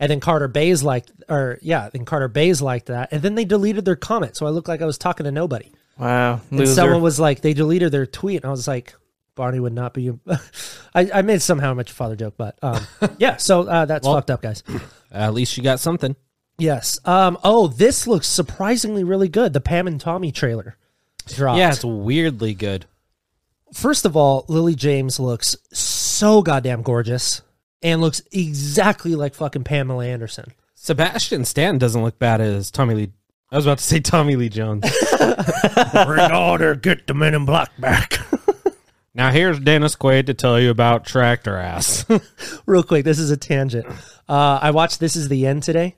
Speaker 3: And then Carter Bays liked, or yeah, then Carter Bays liked that, and then they deleted their comment, so I looked like I was talking to nobody.
Speaker 4: Wow.
Speaker 3: And
Speaker 4: Loser.
Speaker 3: someone was like, they deleted their tweet, and I was like, Barney would not be. I, I made somehow much your father joke, but um, yeah. So uh, that's fucked up, guys.
Speaker 2: At least you got something.
Speaker 3: Yes. Um. Oh, this looks surprisingly really good. The Pam and Tommy trailer dropped.
Speaker 2: Yeah, it's weirdly good.
Speaker 3: First of all, Lily James looks so goddamn gorgeous, and looks exactly like fucking Pamela Anderson.
Speaker 2: Sebastian Stan doesn't look bad as Tommy Lee. I was about to say Tommy Lee Jones.
Speaker 3: Bring order. Get the men in black back.
Speaker 2: now here's Dennis Quaid to tell you about Tractor Ass.
Speaker 3: real quick this is a tangent uh i watched this is the end today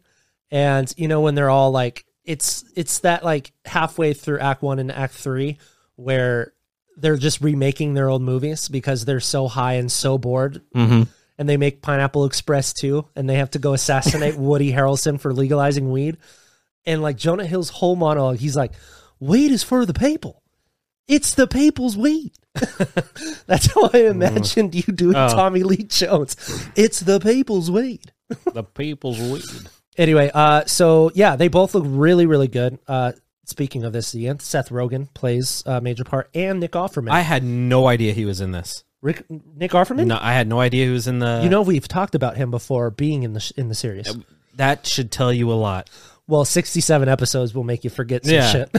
Speaker 3: and you know when they're all like it's it's that like halfway through act one and act three where they're just remaking their old movies because they're so high and so bored and they make pineapple express 2 and they have to go assassinate woody harrelson for legalizing weed and like jonah hill's whole monologue he's like weed is for the people it's the people's weed that's how i imagined you doing
Speaker 2: Oh.
Speaker 3: tommy lee jones it's the people's weed
Speaker 2: the people's weed.
Speaker 3: Anyway, uh, so yeah, they both look really, really good. Uh, speaking of this, Ian, Seth Rogen plays a major part, and Nick Offerman.
Speaker 2: I had no idea he was in this.
Speaker 3: Rick, Nick Offerman.
Speaker 2: No, I had no idea he was in the.
Speaker 3: You know, we've talked about him before being in the sh- in the series.
Speaker 2: that should tell you a lot,
Speaker 3: Well, sixty-seven episodes will make you forget some
Speaker 2: Yeah.
Speaker 3: shit.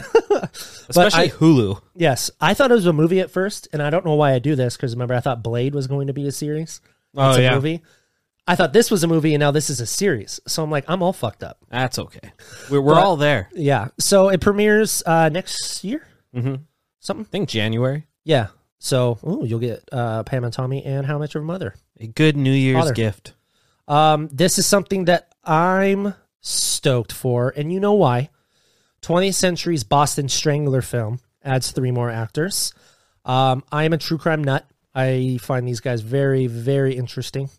Speaker 2: especially
Speaker 3: I-
Speaker 2: Hulu.
Speaker 3: yes, I thought it was a movie at first, and I don't know why I do this because remember I thought Blade was going to be a series.
Speaker 2: Oh,
Speaker 3: It's a
Speaker 2: yeah.
Speaker 3: movie. I thought this was a movie, and now this is a series. So I'm like, I'm all fucked up.
Speaker 2: That's okay. We're, we're
Speaker 3: But-
Speaker 2: all there.
Speaker 3: Yeah. So it premieres uh, next year.
Speaker 2: Mhm.
Speaker 3: Something.
Speaker 2: I think January.
Speaker 3: Yeah. So ooh, you'll get uh, Pam and Tommy and How Much of a Mother.
Speaker 2: A good New Year's
Speaker 3: Father.
Speaker 2: gift.
Speaker 3: Um, this is something that I'm stoked for, and you know why. 20th Century's Boston Strangler film adds three more actors. Um, I am a true crime nut. I find these guys very, very interesting.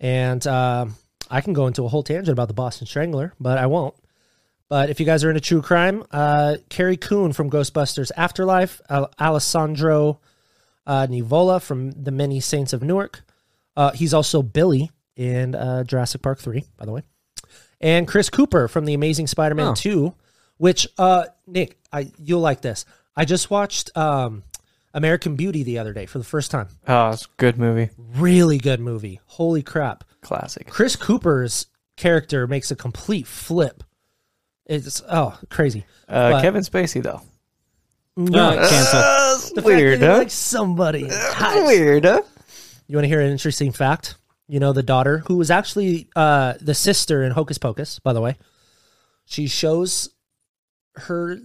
Speaker 3: And um, I can go into a whole tangent about the Boston Strangler, but I won't. But if you guys are into true crime, uh, Carrie Coon from Ghostbusters Afterlife, Al- Alessandro uh, Nivola from The Many Saints of Newark. Uh, he's also Billy in uh, Jurassic Park 3, by the way. And Chris Cooper from The Amazing Spider Man
Speaker 2: Oh.
Speaker 3: 2, which, uh, Nick, I, you'll like this. I just watched um, American Beauty the other day for the first time.
Speaker 4: Oh, it's a good movie.
Speaker 3: Really good movie. Holy crap.
Speaker 4: Classic.
Speaker 3: Chris Cooper's character makes a complete flip. It's, oh, crazy.
Speaker 4: Uh,
Speaker 3: But-
Speaker 4: Kevin Spacey, though.
Speaker 2: No, cancel.
Speaker 4: Uh,
Speaker 3: The fact
Speaker 4: weird,
Speaker 3: that he
Speaker 4: huh?
Speaker 3: likes somebody.
Speaker 4: Weird, huh?
Speaker 3: You want to hear an interesting fact? You know, the daughter, who was actually uh, the sister in Hocus Pocus, by the way, she shows her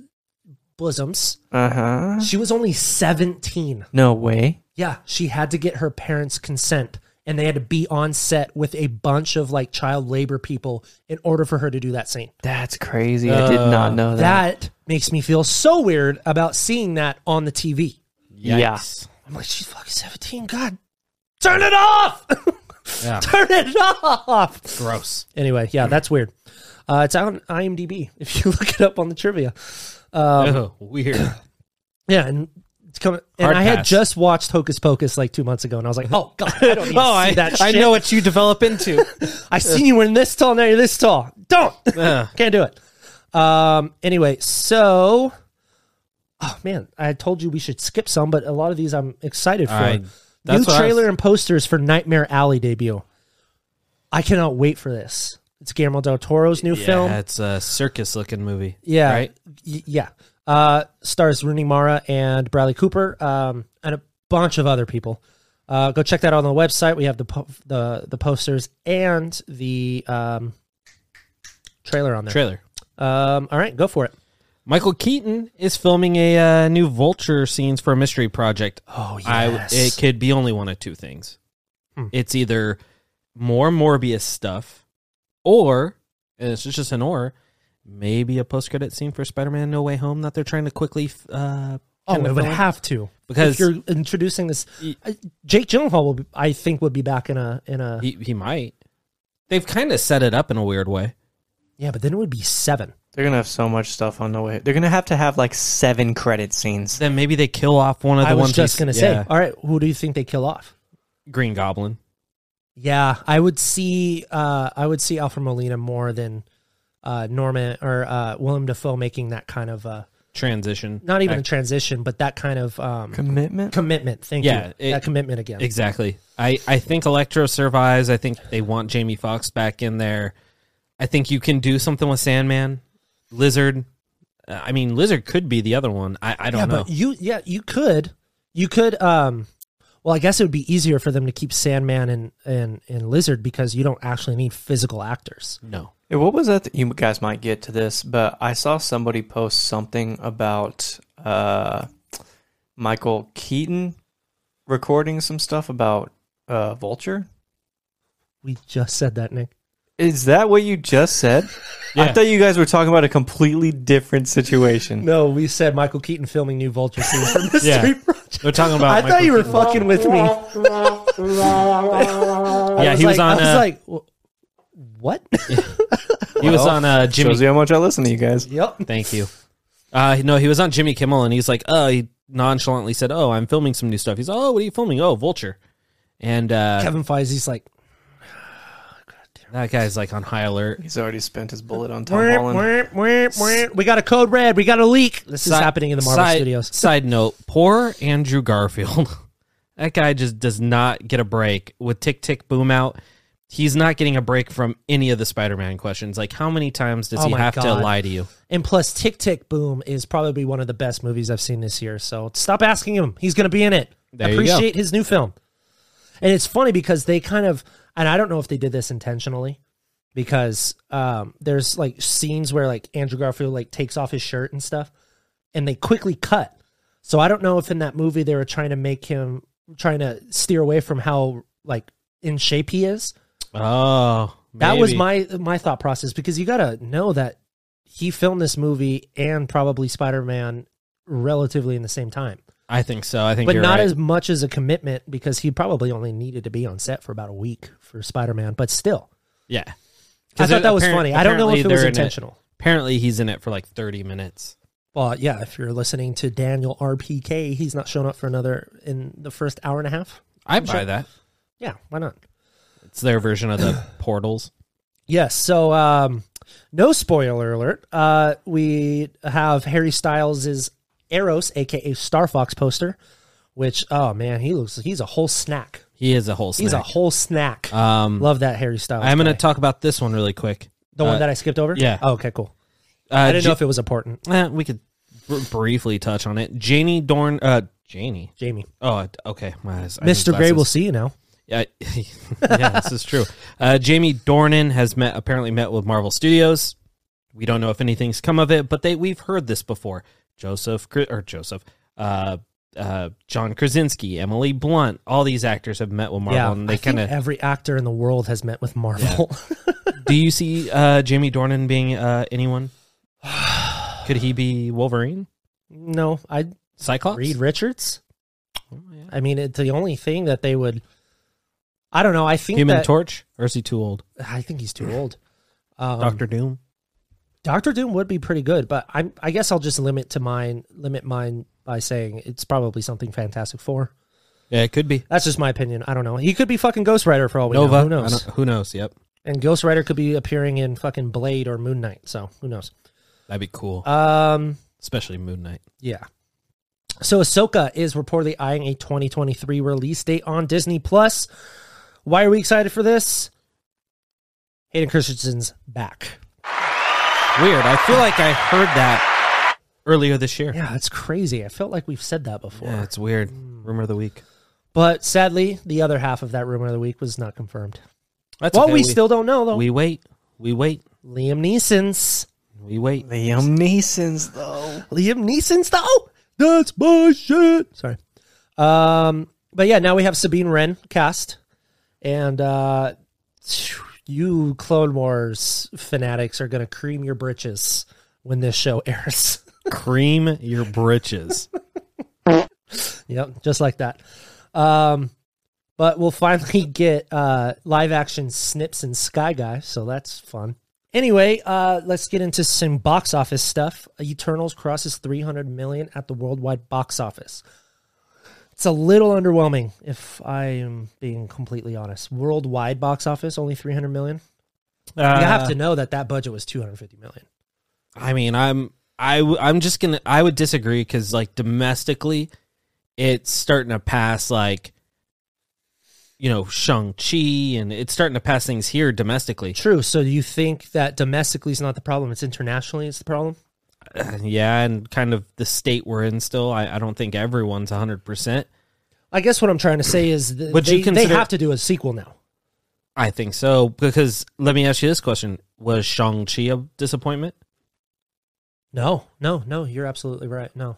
Speaker 3: bosoms.
Speaker 4: Uh huh.
Speaker 3: She was only 17.
Speaker 4: No way.
Speaker 3: Yeah, she had to get her parents' consent, and they had to be on set with a bunch of like child labor people in order for her to do that scene.
Speaker 4: That's crazy. I did not know that.
Speaker 3: That makes me feel so weird about seeing that on the TV.
Speaker 4: Yeah.
Speaker 2: Yikes.
Speaker 3: I'm like, she's fucking 17. God, turn it off!
Speaker 2: Yeah.
Speaker 3: turn it off!
Speaker 2: Gross.
Speaker 3: Anyway, yeah, that's weird. Uh, it's on IMDb if you look it up on the trivia.
Speaker 2: Ugh, Oh, weird.
Speaker 3: Yeah, and it's coming. And
Speaker 2: Hard
Speaker 3: I had
Speaker 2: pass.
Speaker 3: just watched Hocus Pocus like two months ago, and I was like, oh god, I don't need to
Speaker 2: oh,
Speaker 3: see
Speaker 2: I,
Speaker 3: that.
Speaker 2: I
Speaker 3: shit.
Speaker 2: know what you develop into.
Speaker 3: I seen you wearing this tall. Now you're this tall. Don't
Speaker 2: Ugh.
Speaker 3: can't do it. Um. Anyway, so oh man, I told you we should skip some, but a lot of these I'm excited for.
Speaker 2: I-
Speaker 3: New
Speaker 2: that's what I was-
Speaker 3: trailer and posters for Nightmare Alley debut. I cannot wait for this. It's Guillermo del Toro's new film.
Speaker 2: Yeah, it's a circus looking movie.
Speaker 3: Yeah.
Speaker 2: Right?
Speaker 3: Y- yeah. Uh, stars Rooney Mara and Bradley Cooper, um, and a bunch of other people. Uh, go check that out on the website. We have the po- the the posters and the um, trailer on there.
Speaker 2: Trailer.
Speaker 3: um, all right, go for it.
Speaker 2: Michael Keaton is filming a uh, new vulture scenes for a mystery project.
Speaker 3: Oh Hmm.
Speaker 2: I it could be only one of two things. It's either more Morbius stuff, or and it's just an or, maybe a post credit scene for Spider Man No Way Home that they're trying to quickly. f- Uh,
Speaker 3: Oh,
Speaker 2: kind
Speaker 3: it
Speaker 2: of
Speaker 3: would
Speaker 2: fill in.
Speaker 3: have to
Speaker 2: Because-
Speaker 3: if you're introducing this.
Speaker 2: Y-
Speaker 3: I- Jake Gyllenhaal, will be, I think, would be back in a in a
Speaker 2: he he might. They've kind of set it up in a weird way.
Speaker 3: yeah, but then it would be seven.
Speaker 4: They're gonna have so much stuff on the way. They're gonna have to have like seven credit scenes.
Speaker 2: Then maybe they kill off one of the
Speaker 3: I was
Speaker 2: ones. he's-
Speaker 3: just gonna
Speaker 2: yeah,
Speaker 3: say, all right, who do you think they kill off?
Speaker 2: Green Goblin.
Speaker 3: Yeah, I would see uh, I would see Alfred Molina more than uh, Norman or uh, Willem Dafoe making that kind of uh,
Speaker 2: transition.
Speaker 3: not even a
Speaker 2: Ac-
Speaker 3: transition, but that kind of um,
Speaker 4: Commitment.
Speaker 3: commitment. Thank
Speaker 2: Yeah,
Speaker 3: you.
Speaker 2: it-
Speaker 3: that commitment again.
Speaker 2: exactly. I I think Electro survives. I think they want Jamie Foxx back in there. I think you can do something with Sandman, Lizard. Uh, I mean, Lizard could be the other one. I, I don't
Speaker 3: yeah,
Speaker 2: know.
Speaker 3: but you yeah you could you could um, well I guess it would be easier for them to keep Sandman and and and Lizard because you don't actually need physical actors.
Speaker 2: no.
Speaker 4: Hey, What was that? that- You guys might get to this, but I saw somebody post something about uh, Michael Keaton recording some stuff about uh, Vulture.
Speaker 3: We just said that, Nick.
Speaker 4: Is that what you just said? I
Speaker 2: Yeah.
Speaker 4: thought you guys were talking about a completely different situation.
Speaker 3: No, we said Michael Keaton filming new Vulture scenes for Mystery
Speaker 2: Yeah.
Speaker 3: Project.
Speaker 2: They're talking about.
Speaker 3: I thought
Speaker 2: Michael
Speaker 3: you were
Speaker 2: Keaton.
Speaker 3: fucking with me.
Speaker 2: Yeah,
Speaker 3: I
Speaker 2: he was
Speaker 3: like-
Speaker 2: on.
Speaker 3: I was
Speaker 2: uh,
Speaker 3: like, "Wh- what?
Speaker 2: he was
Speaker 4: Well,
Speaker 2: on uh, Jimmy.
Speaker 4: Shows you how much I listen to you guys.
Speaker 3: yep.
Speaker 2: Thank you. Uh, no, he was on Jimmy Kimmel, and he's like, oh, he nonchalantly said, oh, I'm filming some new stuff. He's, oh, what are you filming? Oh, Vulture. And uh,
Speaker 3: Kevin Feige's like,
Speaker 2: that guy's like on high alert.
Speaker 4: He's already spent his bullet on Tom
Speaker 3: "Wah,
Speaker 4: Holland.
Speaker 3: wah, wah, wah. we got a code red. We got a leak. This is
Speaker 2: Si-
Speaker 3: happening in the Marvel
Speaker 2: side,
Speaker 3: Studios.
Speaker 2: Side note: Poor Andrew Garfield. that guy just does not get a break with Tick Tick Boom Out. He's not getting a break from any of the Spider-Man questions. Like, how many times does
Speaker 3: Oh
Speaker 2: he
Speaker 3: my
Speaker 2: have to
Speaker 3: God.
Speaker 2: lie to you?
Speaker 3: And plus, Tick Tick Boom is probably one of the best movies I've seen this year. So stop asking him. He's going to be in it.
Speaker 2: There you go.
Speaker 3: Appreciate his new film. And it's funny because they kind of, and I don't know if they did this intentionally, because um, there's like scenes where like Andrew Garfield like takes off his shirt and stuff, and they quickly cut. So I don't know if in that movie they were trying to make him trying to steer away from how like in shape he is.
Speaker 2: Oh,
Speaker 3: That was
Speaker 2: maybe.
Speaker 3: my my thought process because you gotta know that he filmed this movie and probably Spider Man relatively in the same time,
Speaker 2: I think so. I think,
Speaker 3: but
Speaker 2: you're right.
Speaker 3: not as much as a commitment because he probably only needed to be on set for about a week for Spider Man. But still,
Speaker 2: yeah.
Speaker 3: I
Speaker 2: 'Cause
Speaker 3: thought that was
Speaker 2: apparent-
Speaker 3: funny. I don't know if it
Speaker 2: apparently
Speaker 3: was
Speaker 2: they're in
Speaker 3: intentional.
Speaker 2: Apparently, he's in it for like 30 minutes.
Speaker 3: Well, yeah, if you're listening to Daniel RPK, he's not showing up for another in the first hour and a half.
Speaker 2: I buy that.
Speaker 3: Yeah, why not?
Speaker 2: It's their version of the portals.
Speaker 3: Yes. So, um, no spoiler alert. Uh, we have Harry Styles' Eros, aka Star Fox poster, which oh man, he looks he's a whole snack.
Speaker 2: He is a whole.
Speaker 3: He's a
Speaker 2: snack.
Speaker 3: whole snack.
Speaker 2: Um,
Speaker 3: Love that Harry Styles.
Speaker 2: I'm going to
Speaker 3: guy.
Speaker 2: talk about this one really quick.
Speaker 3: the
Speaker 2: uh,
Speaker 3: one that I skipped over.
Speaker 2: yeah.
Speaker 3: Oh, okay, cool.
Speaker 2: Uh,
Speaker 3: I didn't
Speaker 2: J-
Speaker 3: know if it was important.
Speaker 2: Eh, we could br- briefly touch on it. Janie Dorn, uh, Janie.
Speaker 3: Jamie,
Speaker 2: Oh, okay. My eyes- I need
Speaker 3: Mr. Gray
Speaker 2: glasses.
Speaker 3: will see you now.
Speaker 2: Yeah, yeah, this is true. Uh, Jamie Dornan has met apparently met with Marvel Studios. We don't know if anything's come of it, but they we've heard this before. Joseph Kra- or Joseph, uh, uh, John Krasinski, Emily Blunt, all these actors have met with Marvel,
Speaker 3: yeah,
Speaker 2: and
Speaker 3: I
Speaker 2: they
Speaker 3: think
Speaker 2: kind of.
Speaker 3: every actor in the world has met with Marvel.
Speaker 2: do you see uh, Jamie Dornan being uh, anyone? Could he be Wolverine,
Speaker 3: no, I
Speaker 2: Cyclops?
Speaker 3: Reed Richards.
Speaker 2: Oh, yeah.
Speaker 3: I mean, it's the only thing that they would. I don't know. I think
Speaker 2: Human
Speaker 3: that,
Speaker 2: Torch, or is he too old?
Speaker 3: I think he's too old. Um,
Speaker 2: Doctor Doom.
Speaker 3: Doctor Doom would be pretty good, but I'm I guess I'll just limit to mine limit mine by saying it's probably something Fantastic Four.
Speaker 2: Yeah, it could be.
Speaker 3: That's just my opinion. I don't know. He could be fucking Ghost Rider for all we
Speaker 2: Nova.
Speaker 3: know. Who
Speaker 2: I
Speaker 3: knows?
Speaker 2: don't- Who knows? Yep,
Speaker 3: And Ghost Rider could be appearing in fucking Blade or Moon Knight. So who knows?
Speaker 2: that'd be cool.
Speaker 3: Um,
Speaker 2: Especially Moon Knight.
Speaker 3: yeah. So Ahsoka is reportedly eyeing a 2023 release date on Disney Plus. Why are we excited for this? Hayden Christensen's back.
Speaker 2: Weird. I feel like I heard that earlier this year.
Speaker 3: Yeah, that's crazy. I felt like we've said that before.
Speaker 2: Yeah, it's weird. Rumor of the week.
Speaker 3: But sadly, the other half of that rumor of the week was not confirmed.
Speaker 2: That's
Speaker 3: well,
Speaker 2: okay.
Speaker 3: we, still don't know though.
Speaker 2: we wait. We wait.
Speaker 3: Liam Neeson's
Speaker 2: We wait.
Speaker 4: Liam Neeson's though.
Speaker 3: Liam Neeson's though. That's my shit. Sorry. Um, but yeah, now we have Sabine Wren cast, and uh, you Clone Wars fanatics are going to cream your britches when this show airs.
Speaker 2: Cream your britches.
Speaker 3: yep, just like that. Um, but we'll finally get uh, live action Snips and Sky Guy, so that's fun. Anyway, uh, let's get into some box office stuff. Eternals crosses 300 million at the worldwide box office. It's a little underwhelming, if I am being completely honest. Worldwide box office only 300 million.
Speaker 2: Uh,
Speaker 3: you have to know that that budget was 250 million.
Speaker 2: I mean, I'm I w- I'm just gonna I would disagree because like domestically, it's starting to pass like, you know, Shang Chi, and it's starting to pass things here domestically.
Speaker 3: True. So you think that domestically is not the problem? It's internationally it's the problem.
Speaker 2: Yeah, and kind of the state we're in still. I, I don't think everyone's hundred percent.
Speaker 3: I guess what I'm trying to say is th-
Speaker 2: Would
Speaker 3: they,
Speaker 2: you
Speaker 3: they
Speaker 2: consider-
Speaker 3: have to do a sequel now.
Speaker 2: I think so because let me ask you this question: Was Shang Chi a disappointment?
Speaker 3: No, no, no. You're absolutely right. No.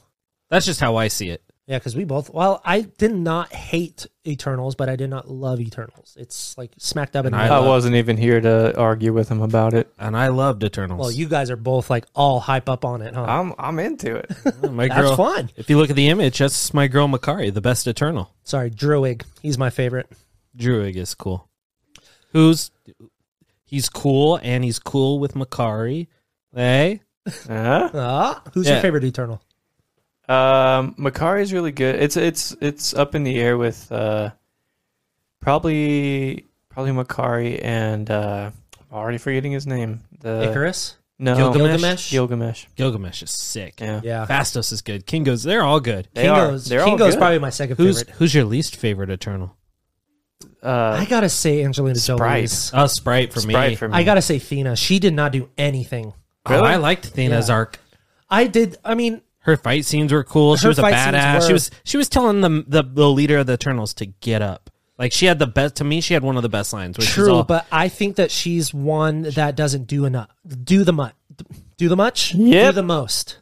Speaker 2: That's just how I see it.
Speaker 3: Yeah, because we both. Well, I did not hate Eternals, but I did not love Eternals. It's like smack dab in
Speaker 2: And
Speaker 3: the
Speaker 2: I
Speaker 4: I
Speaker 3: middle.
Speaker 2: love-
Speaker 4: wasn't even here to argue with him about it.
Speaker 2: And I loved Eternals.
Speaker 3: Well, you guys are both like all hype up on it, huh?
Speaker 4: I'm I'm into it.
Speaker 2: my
Speaker 3: That's
Speaker 2: girl.
Speaker 3: fun.
Speaker 2: If you look at the image, that's my girl Makari, the best Eternal.
Speaker 3: Sorry, Druig. He's my favorite.
Speaker 2: Druig is cool. Who's he's cool and he's cool with Makari. Hey,
Speaker 4: Huh?
Speaker 3: Ah, who's your
Speaker 2: Yeah.
Speaker 3: favorite Eternal?
Speaker 4: Um, Makari is really good. It's it's it's up in the air with uh, probably probably Makari and uh, I'm already forgetting his name. The
Speaker 3: Icarus.
Speaker 4: no
Speaker 2: Gilgamesh?
Speaker 4: Gilgamesh.
Speaker 2: Gilgamesh is sick.
Speaker 4: Yeah,
Speaker 3: Yeah.
Speaker 2: Fastos is good. Kingo's they're all good.
Speaker 4: they
Speaker 3: Kingo's,
Speaker 4: are. They're all
Speaker 3: Kingo's
Speaker 4: good.
Speaker 3: probably my second
Speaker 2: Who's
Speaker 3: favorite.
Speaker 2: who's your least favorite Eternal?
Speaker 4: uh,
Speaker 3: I gotta say Angelina
Speaker 4: Sprite.
Speaker 3: Jolie.
Speaker 2: Oh, Sprite for me.
Speaker 4: Sprite for me.
Speaker 3: I gotta say Thena. She did not do anything.
Speaker 2: Oh, I liked Athena's
Speaker 3: Yeah.
Speaker 2: arc.
Speaker 3: I did. I mean,
Speaker 2: Her fight scenes were cool. She
Speaker 3: Her
Speaker 2: was a
Speaker 3: fight scenes
Speaker 2: badass.
Speaker 3: were-
Speaker 2: She was she was telling the, the the leader of the Eternals to get up. Like she had the best to me. She had one of the best lines. Which
Speaker 3: true,
Speaker 2: is all,
Speaker 3: but I think that she's one that doesn't do enough. Do the much. Do the much. Do
Speaker 4: Yep.
Speaker 3: the most.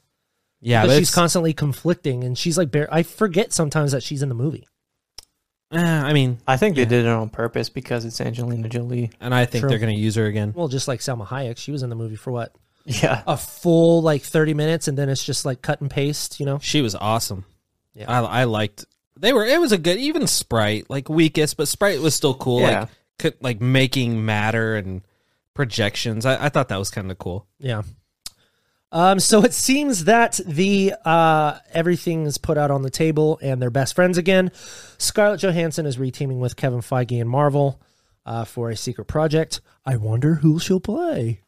Speaker 2: yeah,
Speaker 3: But
Speaker 2: but
Speaker 3: she's
Speaker 2: it's-
Speaker 3: constantly conflicting, and she's like, bare, I forget sometimes that she's in the movie.
Speaker 2: eh, I mean,
Speaker 4: I think they did it on purpose because it's Angelina Jolie.
Speaker 2: and I think
Speaker 3: True.
Speaker 2: they're gonna use her again.
Speaker 3: Well, just like Selma Hayek, she was in the movie for what
Speaker 4: Yeah,
Speaker 3: a full like thirty minutes, and then it's just like cut and paste, you know?
Speaker 2: She was awesome.
Speaker 3: Yeah.
Speaker 2: I, I liked. They were. It was a good. Even Sprite, like weakest, but Sprite was still cool.
Speaker 4: Yeah.
Speaker 2: Like could, like making matter and projections. I, I thought that was kind of cool.
Speaker 3: Yeah. Um, so it seems that the uh, everything is put out on the table and they're best friends again. Scarlett Johansson is reteaming with Kevin Feige and Marvel uh, for a secret project. I wonder who she'll play.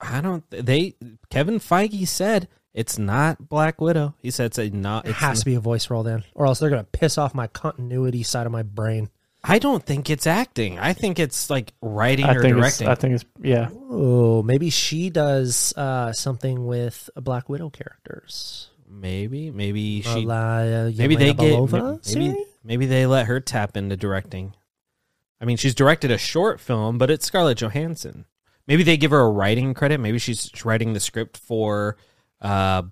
Speaker 2: I don't. They Kevin Feige said it's not Black Widow. He said it's a not.
Speaker 3: It
Speaker 2: It's
Speaker 3: has to be a voice role then, or else they're gonna piss off my continuity side of my brain.
Speaker 2: I don't think it's acting. I think it's like writing
Speaker 4: I
Speaker 2: or
Speaker 4: think it's,
Speaker 2: directing.
Speaker 4: I think it's yeah.
Speaker 3: Oh, maybe she does uh, something with Black Widow characters.
Speaker 2: maybe, maybe she.
Speaker 3: Malaya
Speaker 2: maybe they get.
Speaker 3: Yelena Uh, Belova?
Speaker 2: Maybe, maybe they let her tap into directing. I mean, she's directed a short film, but it's Scarlett Johansson. Maybe they give her a writing credit. Maybe she's writing the script for uh,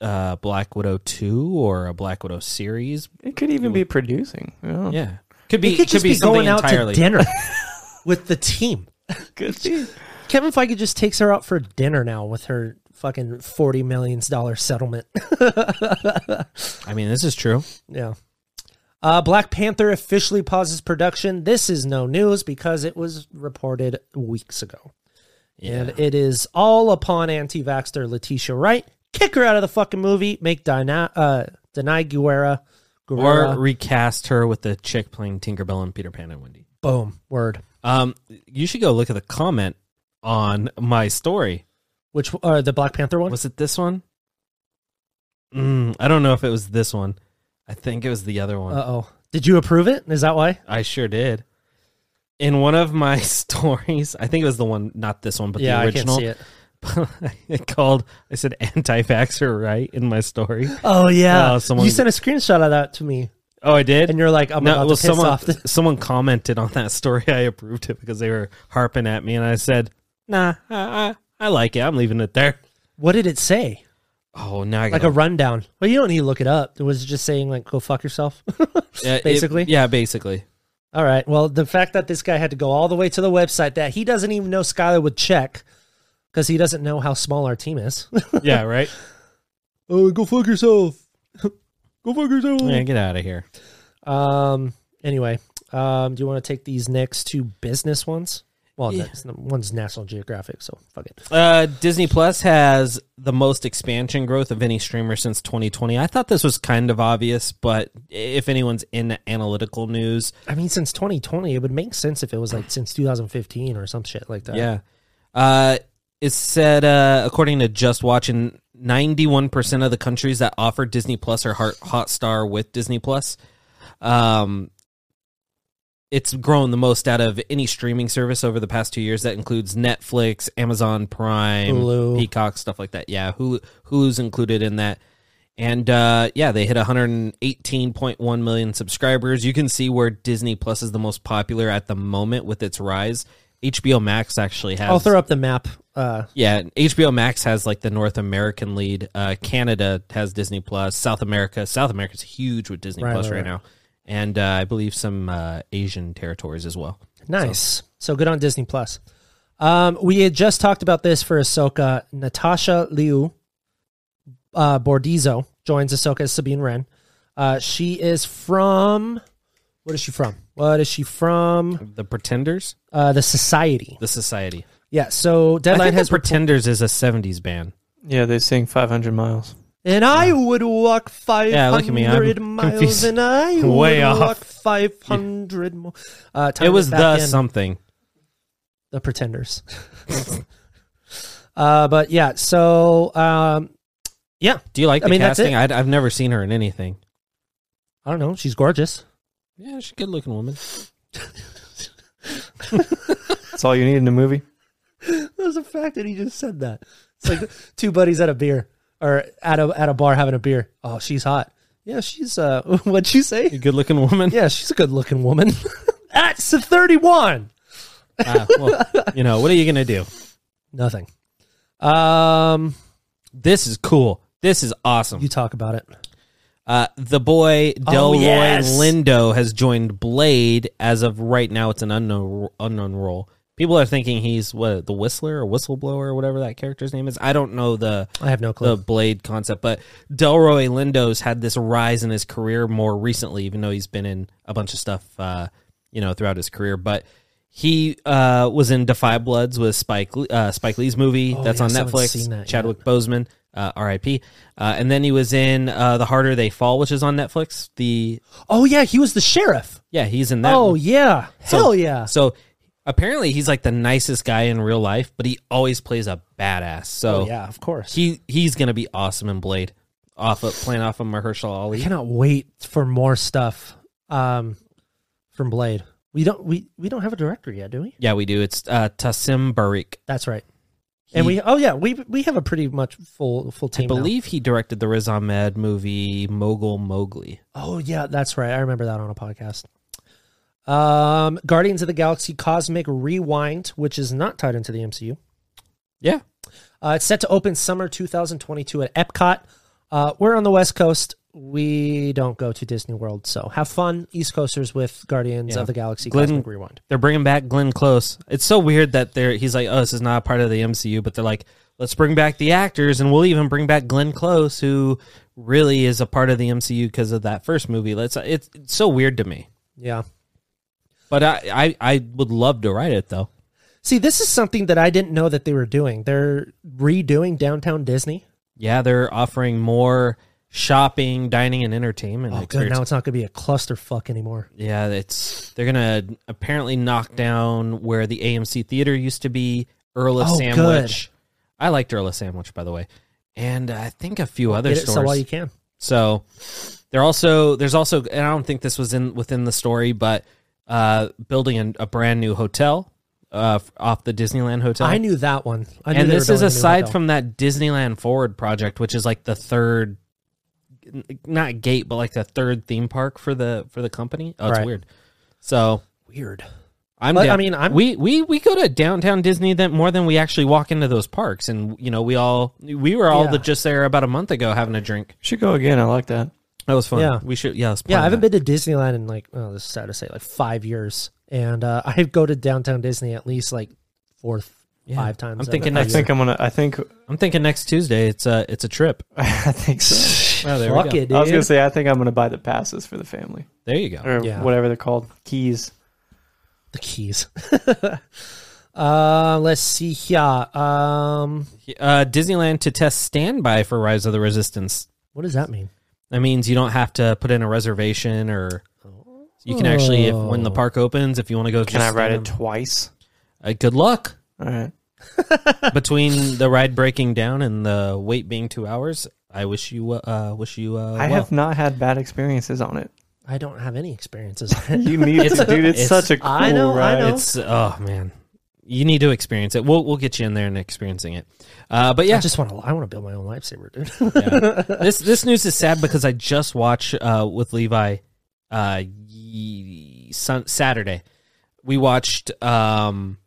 Speaker 2: uh, Black Widow two or a Black Widow series.
Speaker 4: It could even be producing. Yeah,
Speaker 2: Yeah, could
Speaker 3: It
Speaker 2: be
Speaker 3: could just
Speaker 2: be,
Speaker 3: be,
Speaker 2: something
Speaker 3: going out
Speaker 2: entirely.
Speaker 3: to dinner with the team.
Speaker 4: could be.
Speaker 3: Kevin Feige just takes her out for dinner now with her fucking forty million dollar settlement.
Speaker 2: I mean, this is true.
Speaker 3: yeah. Uh, Black Panther officially pauses production. This is no news because it was reported weeks ago. And it is all upon anti vaxxer Letitia Wright. Kick her out of the fucking movie. Make Dina, uh, Denai Guerra,
Speaker 2: Or
Speaker 3: Guerrera.
Speaker 2: recast her with the chick playing Tinkerbell and Peter Pan and Wendy.
Speaker 3: boom. Word.
Speaker 2: Um, you should go look at the comment on my story.
Speaker 3: Which uh, the Black Panther one?
Speaker 2: Was it this one? Mm, I don't know if it was this one. I think it was the other one.
Speaker 3: Uh oh. Did you approve it? Is that why?
Speaker 2: I sure did. In one of my stories, I think it was the one, not this one, but the original.
Speaker 3: I can't see it.
Speaker 2: it called. I said anti-vaxxer, right? In my story.
Speaker 3: Oh yeah.
Speaker 2: Oh, someone-
Speaker 3: You sent a screenshot of that to me,
Speaker 2: Oh, I did.
Speaker 3: and you're like, I'm
Speaker 2: no,
Speaker 3: about
Speaker 2: well,
Speaker 3: to piss
Speaker 2: someone
Speaker 3: off. The-
Speaker 2: someone commented on that story. I approved it because they were harping at me, and I said, "Nah, I, I, I like it. I'm leaving it there."
Speaker 3: what did it say?
Speaker 2: Oh, now I
Speaker 3: Like
Speaker 2: gotta-
Speaker 3: a rundown. Well, you don't need to look it up. It was just saying like, go fuck yourself.
Speaker 2: Yeah, Uh, it-
Speaker 3: basically?
Speaker 2: yeah, basically.
Speaker 3: All right. Well, the fact that this guy had to go all the way to the website that he doesn't even know Skyler would check because he doesn't know how small our team is.
Speaker 2: yeah, right?
Speaker 3: oh, go fuck yourself. go fuck yourself.
Speaker 2: Yeah, get out of here.
Speaker 3: Um. Anyway, um. Do you want to take these next two business ones? Well,
Speaker 2: Yeah.
Speaker 3: that's- one's National Geographic, so fuck it.
Speaker 2: Uh, Disney Plus has the most expansion growth of any streamer since 2020. I thought this was kind of obvious, but if anyone's in analytical news,
Speaker 3: I mean, since 2020, it would make sense if it was like since 2015 or some shit like that.
Speaker 2: yeah. Uh, it said, uh, according to Just Watching, 91% of the countries that offer Disney Plus are hot, hot star with Disney Plus. Um, it's grown the most out of any streaming service over the past two years. That includes Netflix, Amazon Prime,
Speaker 3: Hulu.
Speaker 2: Peacock, stuff like that. Yeah, Hulu, Hulu's included in that. And uh, yeah, they hit 118.1 million subscribers. You can see where Disney Plus is the most popular at the moment with its rise. HBO Max actually has.
Speaker 3: I'll throw up the map. Uh,
Speaker 2: Yeah, HBO Max has like the North American lead. Uh, Canada has Disney Plus. South America, South America's huge with Disney
Speaker 3: Right,
Speaker 2: Plus
Speaker 3: right,
Speaker 2: right,
Speaker 3: right.
Speaker 2: now, and uh, I believe some uh, Asian territories as well.
Speaker 3: nice. So, good on Disney Plus. Um, we had just talked about this for Ahsoka. Natasha Liu uh, Bordizo joins Ahsoka as Sabine Wren. Uh, she is from. What is she from? What is she from?
Speaker 2: The Pretenders,
Speaker 3: Uh, the Society.
Speaker 2: the Society.
Speaker 3: Yeah. So
Speaker 2: I
Speaker 3: Deadline
Speaker 2: think
Speaker 3: has.
Speaker 2: the Pretenders is a '70s band.
Speaker 4: Yeah, they sing 500 miles.
Speaker 3: And I would walk 500
Speaker 2: Yeah, look at me, I'm
Speaker 3: miles,
Speaker 2: confused.
Speaker 3: and I would
Speaker 2: Way off.
Speaker 3: walk 500 more. Uh, time
Speaker 2: It was
Speaker 3: back
Speaker 2: the
Speaker 3: in.
Speaker 2: something.
Speaker 3: The Pretenders. uh, but yeah, so um, yeah,
Speaker 2: Do you like
Speaker 3: I
Speaker 2: the
Speaker 3: mean, that's
Speaker 2: casting? I, I've never seen her in anything.
Speaker 3: I don't know. She's gorgeous.
Speaker 2: Yeah, she's a good-looking woman.
Speaker 4: That's all you need in a movie.
Speaker 3: There's a fact that he just said that. It's like two buddies at a beer or at a at a bar having a beer. Oh, she's hot. Yeah, she's uh, what'd you
Speaker 2: A
Speaker 3: say?
Speaker 2: good-looking woman.
Speaker 3: Yeah, she's a good looking woman. at 31.
Speaker 2: Ah, well, you know what are you gonna do?
Speaker 3: Nothing. Um,
Speaker 2: This is cool. This is awesome.
Speaker 3: you talk about it.
Speaker 2: Uh, the boy
Speaker 3: Oh,
Speaker 2: Delroy
Speaker 3: yes.
Speaker 2: Lindo has joined Blade. As of right now, it's an unknown unknown role. People are thinking he's what the Whistler or whistleblower or whatever that character's name is. I don't know the
Speaker 3: I have no clue.
Speaker 2: the Blade concept, but Delroy Lindo's had this rise in his career more recently, even though he's been in a bunch of stuff, uh, you know, throughout his career. But he uh, was in Defy Bloods with Spike Lee- uh, Spike Lee's movie
Speaker 3: Oh,
Speaker 2: that's
Speaker 3: yes,
Speaker 2: on
Speaker 3: I haven't
Speaker 2: Netflix.
Speaker 3: seen that yet.
Speaker 2: Chadwick Boseman, uh, R.I.P. Uh, and then he was in uh, The Harder They Fall, which is on Netflix. The
Speaker 3: oh yeah, he was the sheriff.
Speaker 2: yeah, he's in that.
Speaker 3: oh
Speaker 2: one.
Speaker 3: yeah,
Speaker 2: So-
Speaker 3: hell yeah.
Speaker 2: So apparently, he's like the nicest guy in real life, but he always plays a badass. So
Speaker 3: oh yeah, of course.
Speaker 2: he he's gonna be awesome in Blade, off of playing off of Mahershala
Speaker 3: I
Speaker 2: Ali.
Speaker 3: cannot wait for more stuff um, from Blade. We don't we we don't have a director yet, do we?
Speaker 2: Yeah, we do. It's uh, Tassim Barik.
Speaker 3: That's right. and we oh yeah we we have a pretty much full full team.
Speaker 2: I
Speaker 3: now.
Speaker 2: believe he directed the Riz Ahmed movie Mogul Mowgli.
Speaker 3: Oh yeah, that's right. I remember that on a podcast. Um, Guardians of the Galaxy Cosmic Rewind, which is not tied into the MCU.
Speaker 2: Yeah,
Speaker 3: Uh, it's set to open summer 2022 at Epcot. Uh, we're on the West Coast. We don't go to Disney World, so have fun, East Coasters, with Guardians
Speaker 2: Yeah.
Speaker 3: of the Galaxy
Speaker 2: Glenn-
Speaker 3: Cosmic Rewind.
Speaker 2: they're bringing back Glenn Close. It's so weird that they're he's like, oh, this is not a part of the MCU, but they're like, let's bring back the actors, and we'll even bring back Glenn Close, who really is a part of the MCU because of that first movie. Let's. It's, it's so weird to me,
Speaker 3: Yeah.
Speaker 2: but I, I I would love to write it though.
Speaker 3: See, this is something that I didn't know that they were doing. They're redoing Downtown Disney.
Speaker 2: Yeah, they're offering more shopping, dining, and entertainment
Speaker 3: Oh, good.
Speaker 2: experiences.
Speaker 3: Now it's not going to be a clusterfuck anymore.
Speaker 2: Yeah, it's they're gonna apparently knock down where the AMC theater used to be. Earl of
Speaker 3: Oh,
Speaker 2: Sandwich. I liked Earl of Sandwich, by the way, and I think a few other
Speaker 3: Get it
Speaker 2: stores.
Speaker 3: so while you can.
Speaker 2: So they're also there's also and I don't think this was in within the story, but uh, building an, a brand new hotel uh, f- off the Disneyland hotel.
Speaker 3: I knew that one. I knew
Speaker 2: and
Speaker 3: they
Speaker 2: this
Speaker 3: were
Speaker 2: is
Speaker 3: building a new
Speaker 2: aside
Speaker 3: hotel.
Speaker 2: from that Disneyland Forward project, which is like the third, n- not gate, but like the third theme park for the for the company. Oh, it's
Speaker 3: Right.
Speaker 2: weird. So
Speaker 3: weird.
Speaker 2: I'm.
Speaker 3: But, I
Speaker 2: down-
Speaker 3: mean, I'm-
Speaker 2: we we we go to downtown Disney that more than we actually walk into those parks, and you know we all we were all
Speaker 3: Yeah.
Speaker 2: the, just there about a month ago having a drink.
Speaker 4: Should go again. I like that.
Speaker 2: That was fun.
Speaker 3: Yeah.
Speaker 2: We should. Yeah. let's
Speaker 3: Yeah,
Speaker 2: plan
Speaker 3: I haven't
Speaker 2: that.
Speaker 3: been to Disneyland in like oh, this is sad to say, like five years, and uh, I go to downtown Disney at least like four,
Speaker 2: Yeah.
Speaker 3: five times.
Speaker 2: I'm
Speaker 3: every
Speaker 2: thinking
Speaker 4: I
Speaker 3: year.
Speaker 2: next-
Speaker 4: think I'm gonna. I think.
Speaker 2: I'm thinking next Tuesday. It's a it's a trip.
Speaker 4: I think so.
Speaker 2: Oh, there we
Speaker 3: Fuck
Speaker 2: go.
Speaker 3: it, dude.
Speaker 4: I was gonna say. I think I'm gonna buy the passes for the family
Speaker 2: There you go.
Speaker 4: or
Speaker 3: Yeah.
Speaker 4: whatever they're called, keys.
Speaker 3: the keys. uh, let's see here. Um,
Speaker 2: Uh, Disneyland to test standby for Rise of the Resistance.
Speaker 3: what does that mean?
Speaker 2: That means you don't have to put in a reservation or you can actually if when the
Speaker 3: Oh.
Speaker 2: park opens if you want to go.
Speaker 4: Can I
Speaker 2: just
Speaker 4: ride
Speaker 2: stand-
Speaker 4: it twice?
Speaker 2: Uh, good luck
Speaker 4: All right.
Speaker 2: between the ride breaking down and the wait being two hours. I wish you uh wish you uh.
Speaker 4: I
Speaker 2: well.
Speaker 4: have not had bad experiences on it.
Speaker 3: I don't have any experiences.
Speaker 4: You need to, dude. It's,
Speaker 2: it's-
Speaker 4: such a cool
Speaker 3: I know, I
Speaker 4: ride.
Speaker 3: know.
Speaker 2: It's oh man, you need to experience it. We'll we'll get you in there and experiencing it. Uh, but
Speaker 3: I
Speaker 2: yeah,
Speaker 3: just want to. I want to build my own lifesaver, dude.
Speaker 2: yeah. this this news is sad because I just watched uh, with Levi uh, ye- sun, Saturday. We watched um,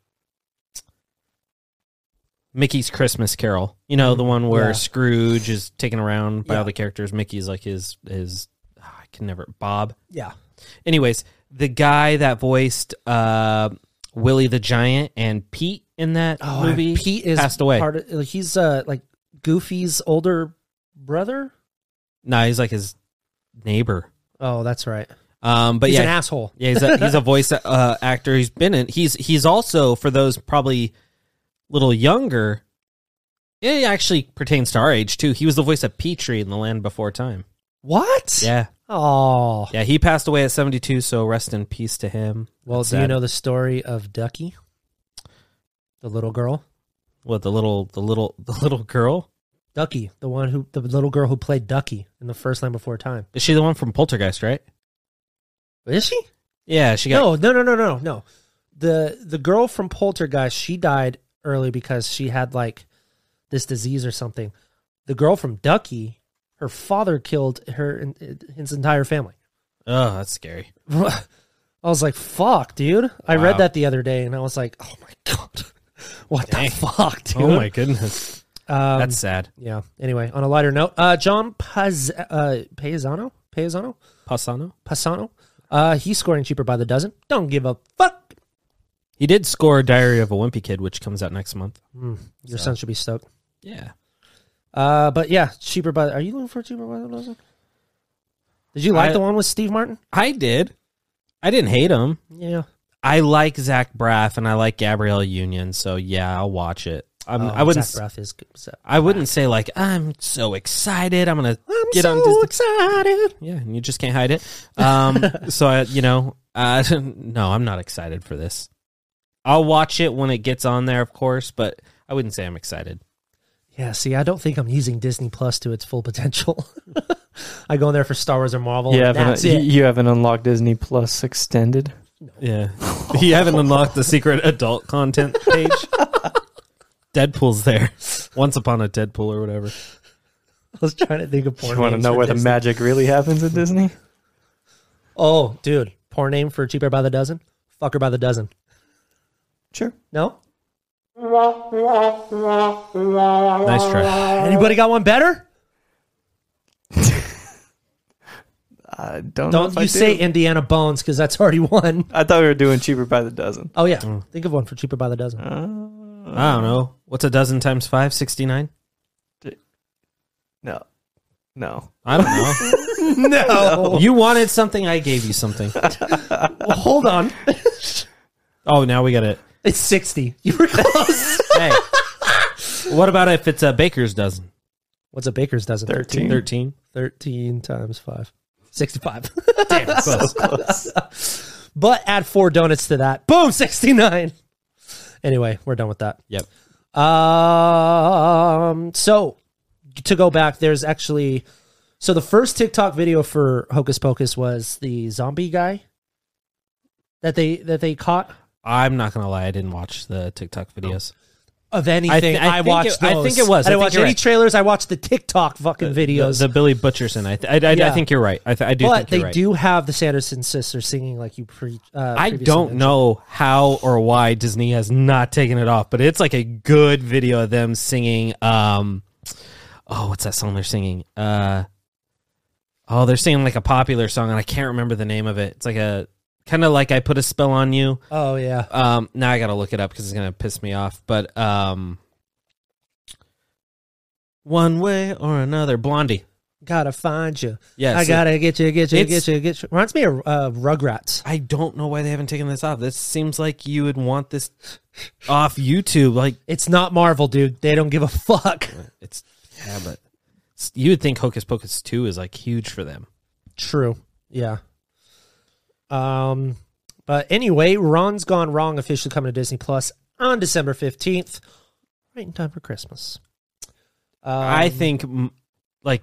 Speaker 2: Mickey's Christmas Carol. You know the one where
Speaker 3: Yeah.
Speaker 2: Scrooge is taken around by
Speaker 3: Yeah.
Speaker 2: all the characters. Mickey's like his his ah, I can never Bob.
Speaker 3: yeah.
Speaker 2: Anyways, the guy that voiced uh, Willie the Giant and Pete in that
Speaker 3: Oh, and
Speaker 2: movie
Speaker 3: Pete is
Speaker 2: passed away.
Speaker 3: Part of, like, he's uh, like Goofy's older brother.
Speaker 2: no, he's like his neighbor.
Speaker 3: Oh, that's right.
Speaker 2: Um, but
Speaker 3: he's
Speaker 2: yeah,
Speaker 3: an asshole.
Speaker 2: Yeah, he's a, he's a voice uh, actor. He's been in. He's he's also for those probably little younger. It actually pertains to our age too. He was the voice of Petrie in The Land Before Time.
Speaker 3: What?
Speaker 2: Yeah,
Speaker 3: Oh.
Speaker 2: yeah. He passed away at seventy two. So rest in peace to him.
Speaker 3: Well,
Speaker 2: That's
Speaker 3: do you
Speaker 2: sad.
Speaker 3: know the story of Ducky, the little girl?
Speaker 2: What the little the little the little girl?
Speaker 3: Ducky, the one who, the little girl who played Ducky in the first Land Before Time.
Speaker 2: Is she the one from Poltergeist? Right?
Speaker 3: Is she?
Speaker 2: Yeah, she got.
Speaker 3: No, no, no, no, no, no. The the girl from Poltergeist, she died early because she had like this disease or something. The girl from Ducky, her father killed her and uh, his entire family.
Speaker 2: Oh, that's scary.
Speaker 3: I was like, "Fuck, dude!" I
Speaker 2: Wow.
Speaker 3: read that the other day, and I was like, "Oh my god, what
Speaker 2: Dang.
Speaker 3: the fuck, dude?"
Speaker 2: Oh my goodness,
Speaker 3: Um,
Speaker 2: that's sad.
Speaker 3: yeah. Anyway, on a lighter note, uh, John Paz- uh, Paisano, Paisano,
Speaker 2: Passano.
Speaker 3: Passano, uh, he's scoring cheaper by the dozen. Don't give a fuck.
Speaker 2: He did score Diary of a Wimpy Kid, which comes out next month.
Speaker 3: Mm, your son should be stoked.
Speaker 2: Yeah.
Speaker 3: Uh, but yeah, cheaper by. Are you looking for cheaper by the dozen? Did you like
Speaker 2: I-
Speaker 3: the one with Steve Martin?
Speaker 2: I did. I didn't hate him.
Speaker 3: Yeah.
Speaker 2: I like Zach Braff and I like Gabrielle Union, so yeah, I'll watch it. I'm,
Speaker 3: Oh,
Speaker 2: I wouldn't.
Speaker 3: Zach Braff is good. So-
Speaker 2: I wouldn't say like I'm so excited. I'm gonna
Speaker 3: I'm
Speaker 2: get
Speaker 3: so
Speaker 2: on Disney.
Speaker 3: excited.
Speaker 2: Yeah, and you just can't hide it. Um, so I, you know, uh, no, I'm not excited for this. I'll watch it when it gets on there, of course, but I wouldn't say I'm excited.
Speaker 3: Yeah. See, I don't think I'm using Disney Plus to its full potential. I go in there for Star Wars or Marvel.
Speaker 4: You
Speaker 3: Yeah,
Speaker 4: haven't,
Speaker 3: that's
Speaker 4: uh, you,
Speaker 3: it.
Speaker 4: you haven't unlocked Disney Plus Extended.
Speaker 2: Yeah, you haven't unlocked the secret adult content page. Deadpool's there. Once upon a Deadpool or whatever.
Speaker 3: I was trying to think of porn.
Speaker 4: You want to
Speaker 3: names
Speaker 4: know
Speaker 3: for
Speaker 4: where the
Speaker 3: Disney.
Speaker 4: magic really happens at Disney?
Speaker 3: Oh, dude, porn name for cheaper by the dozen, fucker by the dozen.
Speaker 4: Sure.
Speaker 3: No,
Speaker 2: Nice try.
Speaker 4: Uh,
Speaker 3: anybody got one better?
Speaker 4: I don't. know
Speaker 3: Don't
Speaker 4: if
Speaker 3: you
Speaker 4: I do.
Speaker 3: say Indiana Bones because that's already one.
Speaker 4: I thought we were doing cheaper by the dozen.
Speaker 3: Oh yeah,
Speaker 4: Mm.
Speaker 3: think of one for cheaper by the dozen.
Speaker 4: Uh,
Speaker 2: I don't know. What's a dozen times five? 69?
Speaker 4: No, no.
Speaker 2: I don't know. no. You wanted something, I gave you something.
Speaker 3: Well, hold on,
Speaker 2: Oh, now we got it.
Speaker 3: it's sixty. You were close.
Speaker 2: Hey. what about if it's a baker's dozen?
Speaker 3: What's a baker's dozen?
Speaker 4: 13.
Speaker 2: 13?
Speaker 3: Thirteen times five. 65.
Speaker 2: Damn, close.
Speaker 3: but add four donuts to that. Boom, 69. Anyway, we're done with that.
Speaker 2: Yep.
Speaker 3: Um. So to go back, there's actually so the first TikTok video for Hocus Pocus was the zombie guy that they that they caught
Speaker 2: I'm not going to lie. I didn't watch the TikTok videos.
Speaker 3: Oh. of anything.
Speaker 2: I thi-
Speaker 3: I,
Speaker 2: I think
Speaker 3: watched.
Speaker 2: it- I
Speaker 3: those.
Speaker 2: think it was. I think
Speaker 3: I didn't watch
Speaker 2: you're
Speaker 3: any
Speaker 2: right. Uh,
Speaker 3: trailers. I watched the TikTok fucking videos.
Speaker 2: The, the Billy Butcherson. I, th- I, I, I
Speaker 3: Yeah.
Speaker 2: think you're right. I, th- I do
Speaker 3: but
Speaker 2: think you're
Speaker 3: they
Speaker 2: right.
Speaker 3: do have the Sanderson sisters singing like you pre. Uh,
Speaker 2: I
Speaker 3: previously
Speaker 2: don't
Speaker 3: mentioned.
Speaker 2: know how or why Disney has not taken it off, but it's like a good video of them singing. Um, oh, what's that song they're singing? Uh, oh, Oh, they're singing like a popular song, and I can't remember the name of it. It's like a kind of like I put a spell on you.
Speaker 3: Oh yeah.
Speaker 2: Um, now I gotta look it up because it's gonna piss me off. But um, one way or another, Blondie.
Speaker 3: Gotta find you.
Speaker 2: Yes,
Speaker 3: I gotta get you, get you,
Speaker 2: It's-
Speaker 3: get you, get you. Reminds me of uh, Rugrats.
Speaker 2: I don't know why they haven't taken this off. This seems like you would want this off YouTube. Like
Speaker 3: It's not Marvel, dude. They don't give a fuck.
Speaker 2: it's yeah, but it's- you would think Hocus Pocus two is like huge for them.
Speaker 3: True. Yeah. Um, but anyway, Ron's Gone Wrong officially coming to Disney Plus on December fifteenth, right in time for Christmas. Um,
Speaker 2: I think m- like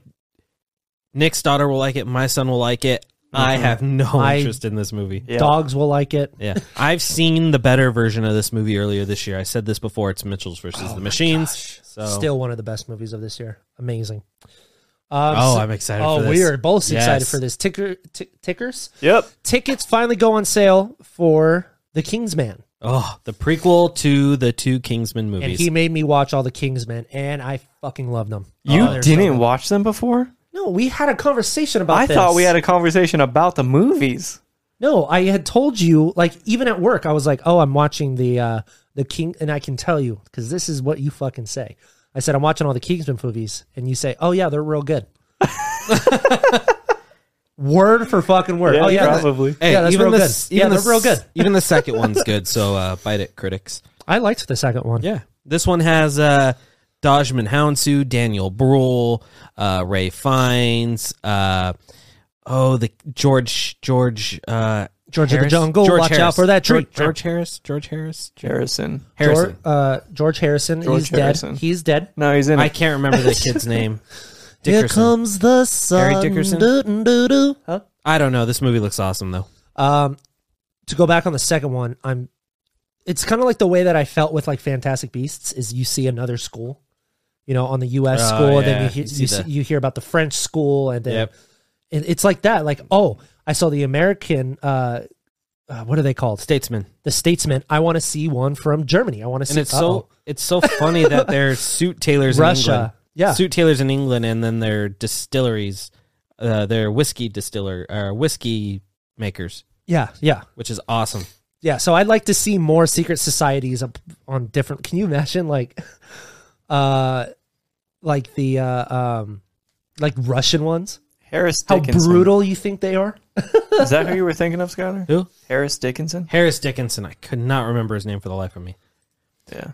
Speaker 2: Nick's daughter will like it. My son will like it. I have no
Speaker 3: I-
Speaker 2: interest in this movie.
Speaker 4: Yeah.
Speaker 3: dogs will like it.
Speaker 2: Yeah, I've seen the better version of this movie earlier this year. I said this before. It's Mitchell's versus the Machines. So
Speaker 3: Oh Still one of the best movies of this year. Amazing. Um,
Speaker 2: oh,
Speaker 3: so-
Speaker 2: I'm excited.
Speaker 3: oh,
Speaker 2: for this.
Speaker 3: we are both excited
Speaker 2: Yes.
Speaker 3: for this. Ticker, t- tickers.
Speaker 4: Yep.
Speaker 3: Tickets finally go on sale for The Kingsman,
Speaker 2: Oh, the prequel to the two Kingsman
Speaker 3: and
Speaker 2: movies.
Speaker 3: he made me watch all the Kingsmen, and I fucking loved them.
Speaker 4: You
Speaker 3: Oh, they're so
Speaker 4: didn't
Speaker 3: good.
Speaker 4: watch them before?
Speaker 3: No, we had a conversation about.
Speaker 4: I
Speaker 3: this.
Speaker 4: thought we had a conversation about the movies.
Speaker 3: No, I had told you, like even at work, I was like, "Oh, I'm watching the uh the King," and I can tell you because this is what you fucking say. I said I'm watching all the Kingsman movies, and you say, "Oh yeah, they're real good." word for fucking word. oh yeah, that-
Speaker 4: probably.
Speaker 2: Hey,
Speaker 3: Yeah, that's
Speaker 2: even
Speaker 3: real
Speaker 2: the
Speaker 3: good.
Speaker 2: s-
Speaker 3: Yeah,
Speaker 2: even the
Speaker 3: they're real
Speaker 2: s-
Speaker 3: good.
Speaker 2: even the second one's good. So uh, bite it, critics.
Speaker 3: I liked the second one.
Speaker 2: Yeah, this one has uh, Dodgman Houndsu, Daniel Bruhl, uh, Ray Fiennes. Uh, oh, the George George uh,
Speaker 3: George of the
Speaker 2: Harris?
Speaker 3: Jungle, watch out for that
Speaker 2: George,
Speaker 3: tree.
Speaker 2: George Harris. George Harris.
Speaker 4: Harrison.
Speaker 2: Harrison.
Speaker 3: George, uh, George Harrison. he's
Speaker 4: George Harrison.
Speaker 3: dead. He's dead.
Speaker 4: No, he's in
Speaker 2: I
Speaker 4: it.
Speaker 2: can't remember the kid's name.
Speaker 3: Here
Speaker 2: Dickerson.
Speaker 3: comes the sun.
Speaker 2: Dickerson?
Speaker 3: doo doo doo. Huh?
Speaker 2: I don't know. This movie looks awesome though.
Speaker 3: Um, to go back on the second one, I'm. It's kind of like the way that I felt with like Fantastic Beasts is you see another school, you know, on the U.S.
Speaker 2: Oh,
Speaker 3: school, and
Speaker 2: yeah.
Speaker 3: then you hear,
Speaker 2: You
Speaker 3: you,
Speaker 2: see
Speaker 3: see-
Speaker 2: the-
Speaker 3: you hear about the French school, and then
Speaker 2: Yep.
Speaker 3: it- it's like that. Like, oh, I saw the American. Uh, uh, what are they called?
Speaker 2: Statesman.
Speaker 3: The Statesman. I want to see one from Germany. I want to see.
Speaker 2: And it's
Speaker 3: uh-oh.
Speaker 2: so it's so funny that they're suit tailors in
Speaker 3: Russia.
Speaker 2: England.
Speaker 3: Yeah.
Speaker 2: Suit tailors in England and then their distilleries uh their whiskey distiller uh, whiskey makers,
Speaker 3: yeah, yeah,
Speaker 2: which is awesome.
Speaker 3: yeah. So I'd like to see more secret societies up on different. Can you imagine like, uh, like the uh, um, like Russian ones?
Speaker 4: Harris
Speaker 3: how
Speaker 4: Dickinson.
Speaker 3: brutal you think they are.
Speaker 4: Is that who you were thinking of, Skyler?
Speaker 2: Who?
Speaker 4: Harris Dickinson?
Speaker 2: Harris Dickinson. I could not remember his name for the life of me.
Speaker 4: Yeah.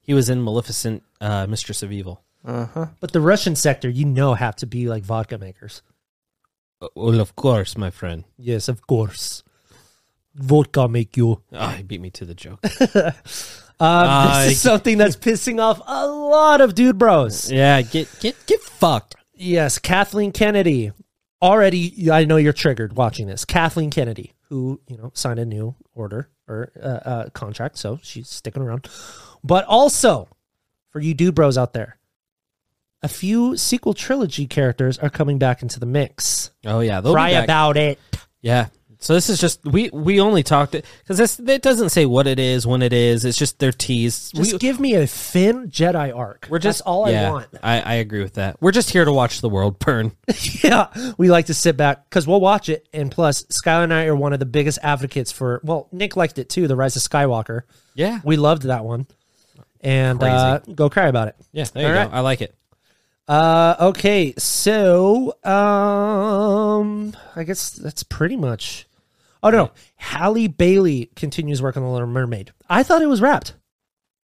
Speaker 2: He was in Maleficent uh, Mistress of Evil.
Speaker 4: Uh huh.
Speaker 3: But the Russian sector, you know, have to be like vodka makers.
Speaker 2: Uh, Well, of course, my friend.
Speaker 3: Yes, of course. Vodka make you.
Speaker 2: Oh, he beat me to the joke.
Speaker 3: Um,
Speaker 2: Uh,
Speaker 3: this is something that's pissing off a lot of dude bros.
Speaker 2: yeah, get get get fucked.
Speaker 3: Yes, Kathleen Kennedy. Already, I know you're triggered watching this. Kathleen Kennedy, who you know signed a new order or uh, uh, contract, so she's sticking around. But also, for you dude bros out there, a few sequel trilogy characters are coming back into the mix.
Speaker 2: Oh yeah, they'll be
Speaker 3: Cry
Speaker 2: back.
Speaker 3: about it.
Speaker 2: Yeah. So this is just we we only talked it because this it doesn't say what it is when it is. It's just they're teased.
Speaker 3: Just
Speaker 2: we,
Speaker 3: give me a Finn Jedi arc.
Speaker 2: we're just
Speaker 3: That's all
Speaker 2: yeah,
Speaker 3: I want.
Speaker 2: I, I agree with that. We're just here to watch the world burn.
Speaker 3: yeah, we like to sit back because we'll watch it. And plus, Skylar and I are one of the biggest advocates for. Well, Nick liked it too, The Rise of Skywalker.
Speaker 2: Yeah.
Speaker 3: We loved that one. And uh, go cry about it.
Speaker 2: Yeah. There you
Speaker 3: All
Speaker 2: go.
Speaker 3: right.
Speaker 2: I like it.
Speaker 3: Uh, okay, so um, I guess that's pretty much. Oh no, Halle Bailey continues work on The Little Mermaid. I thought it was wrapped.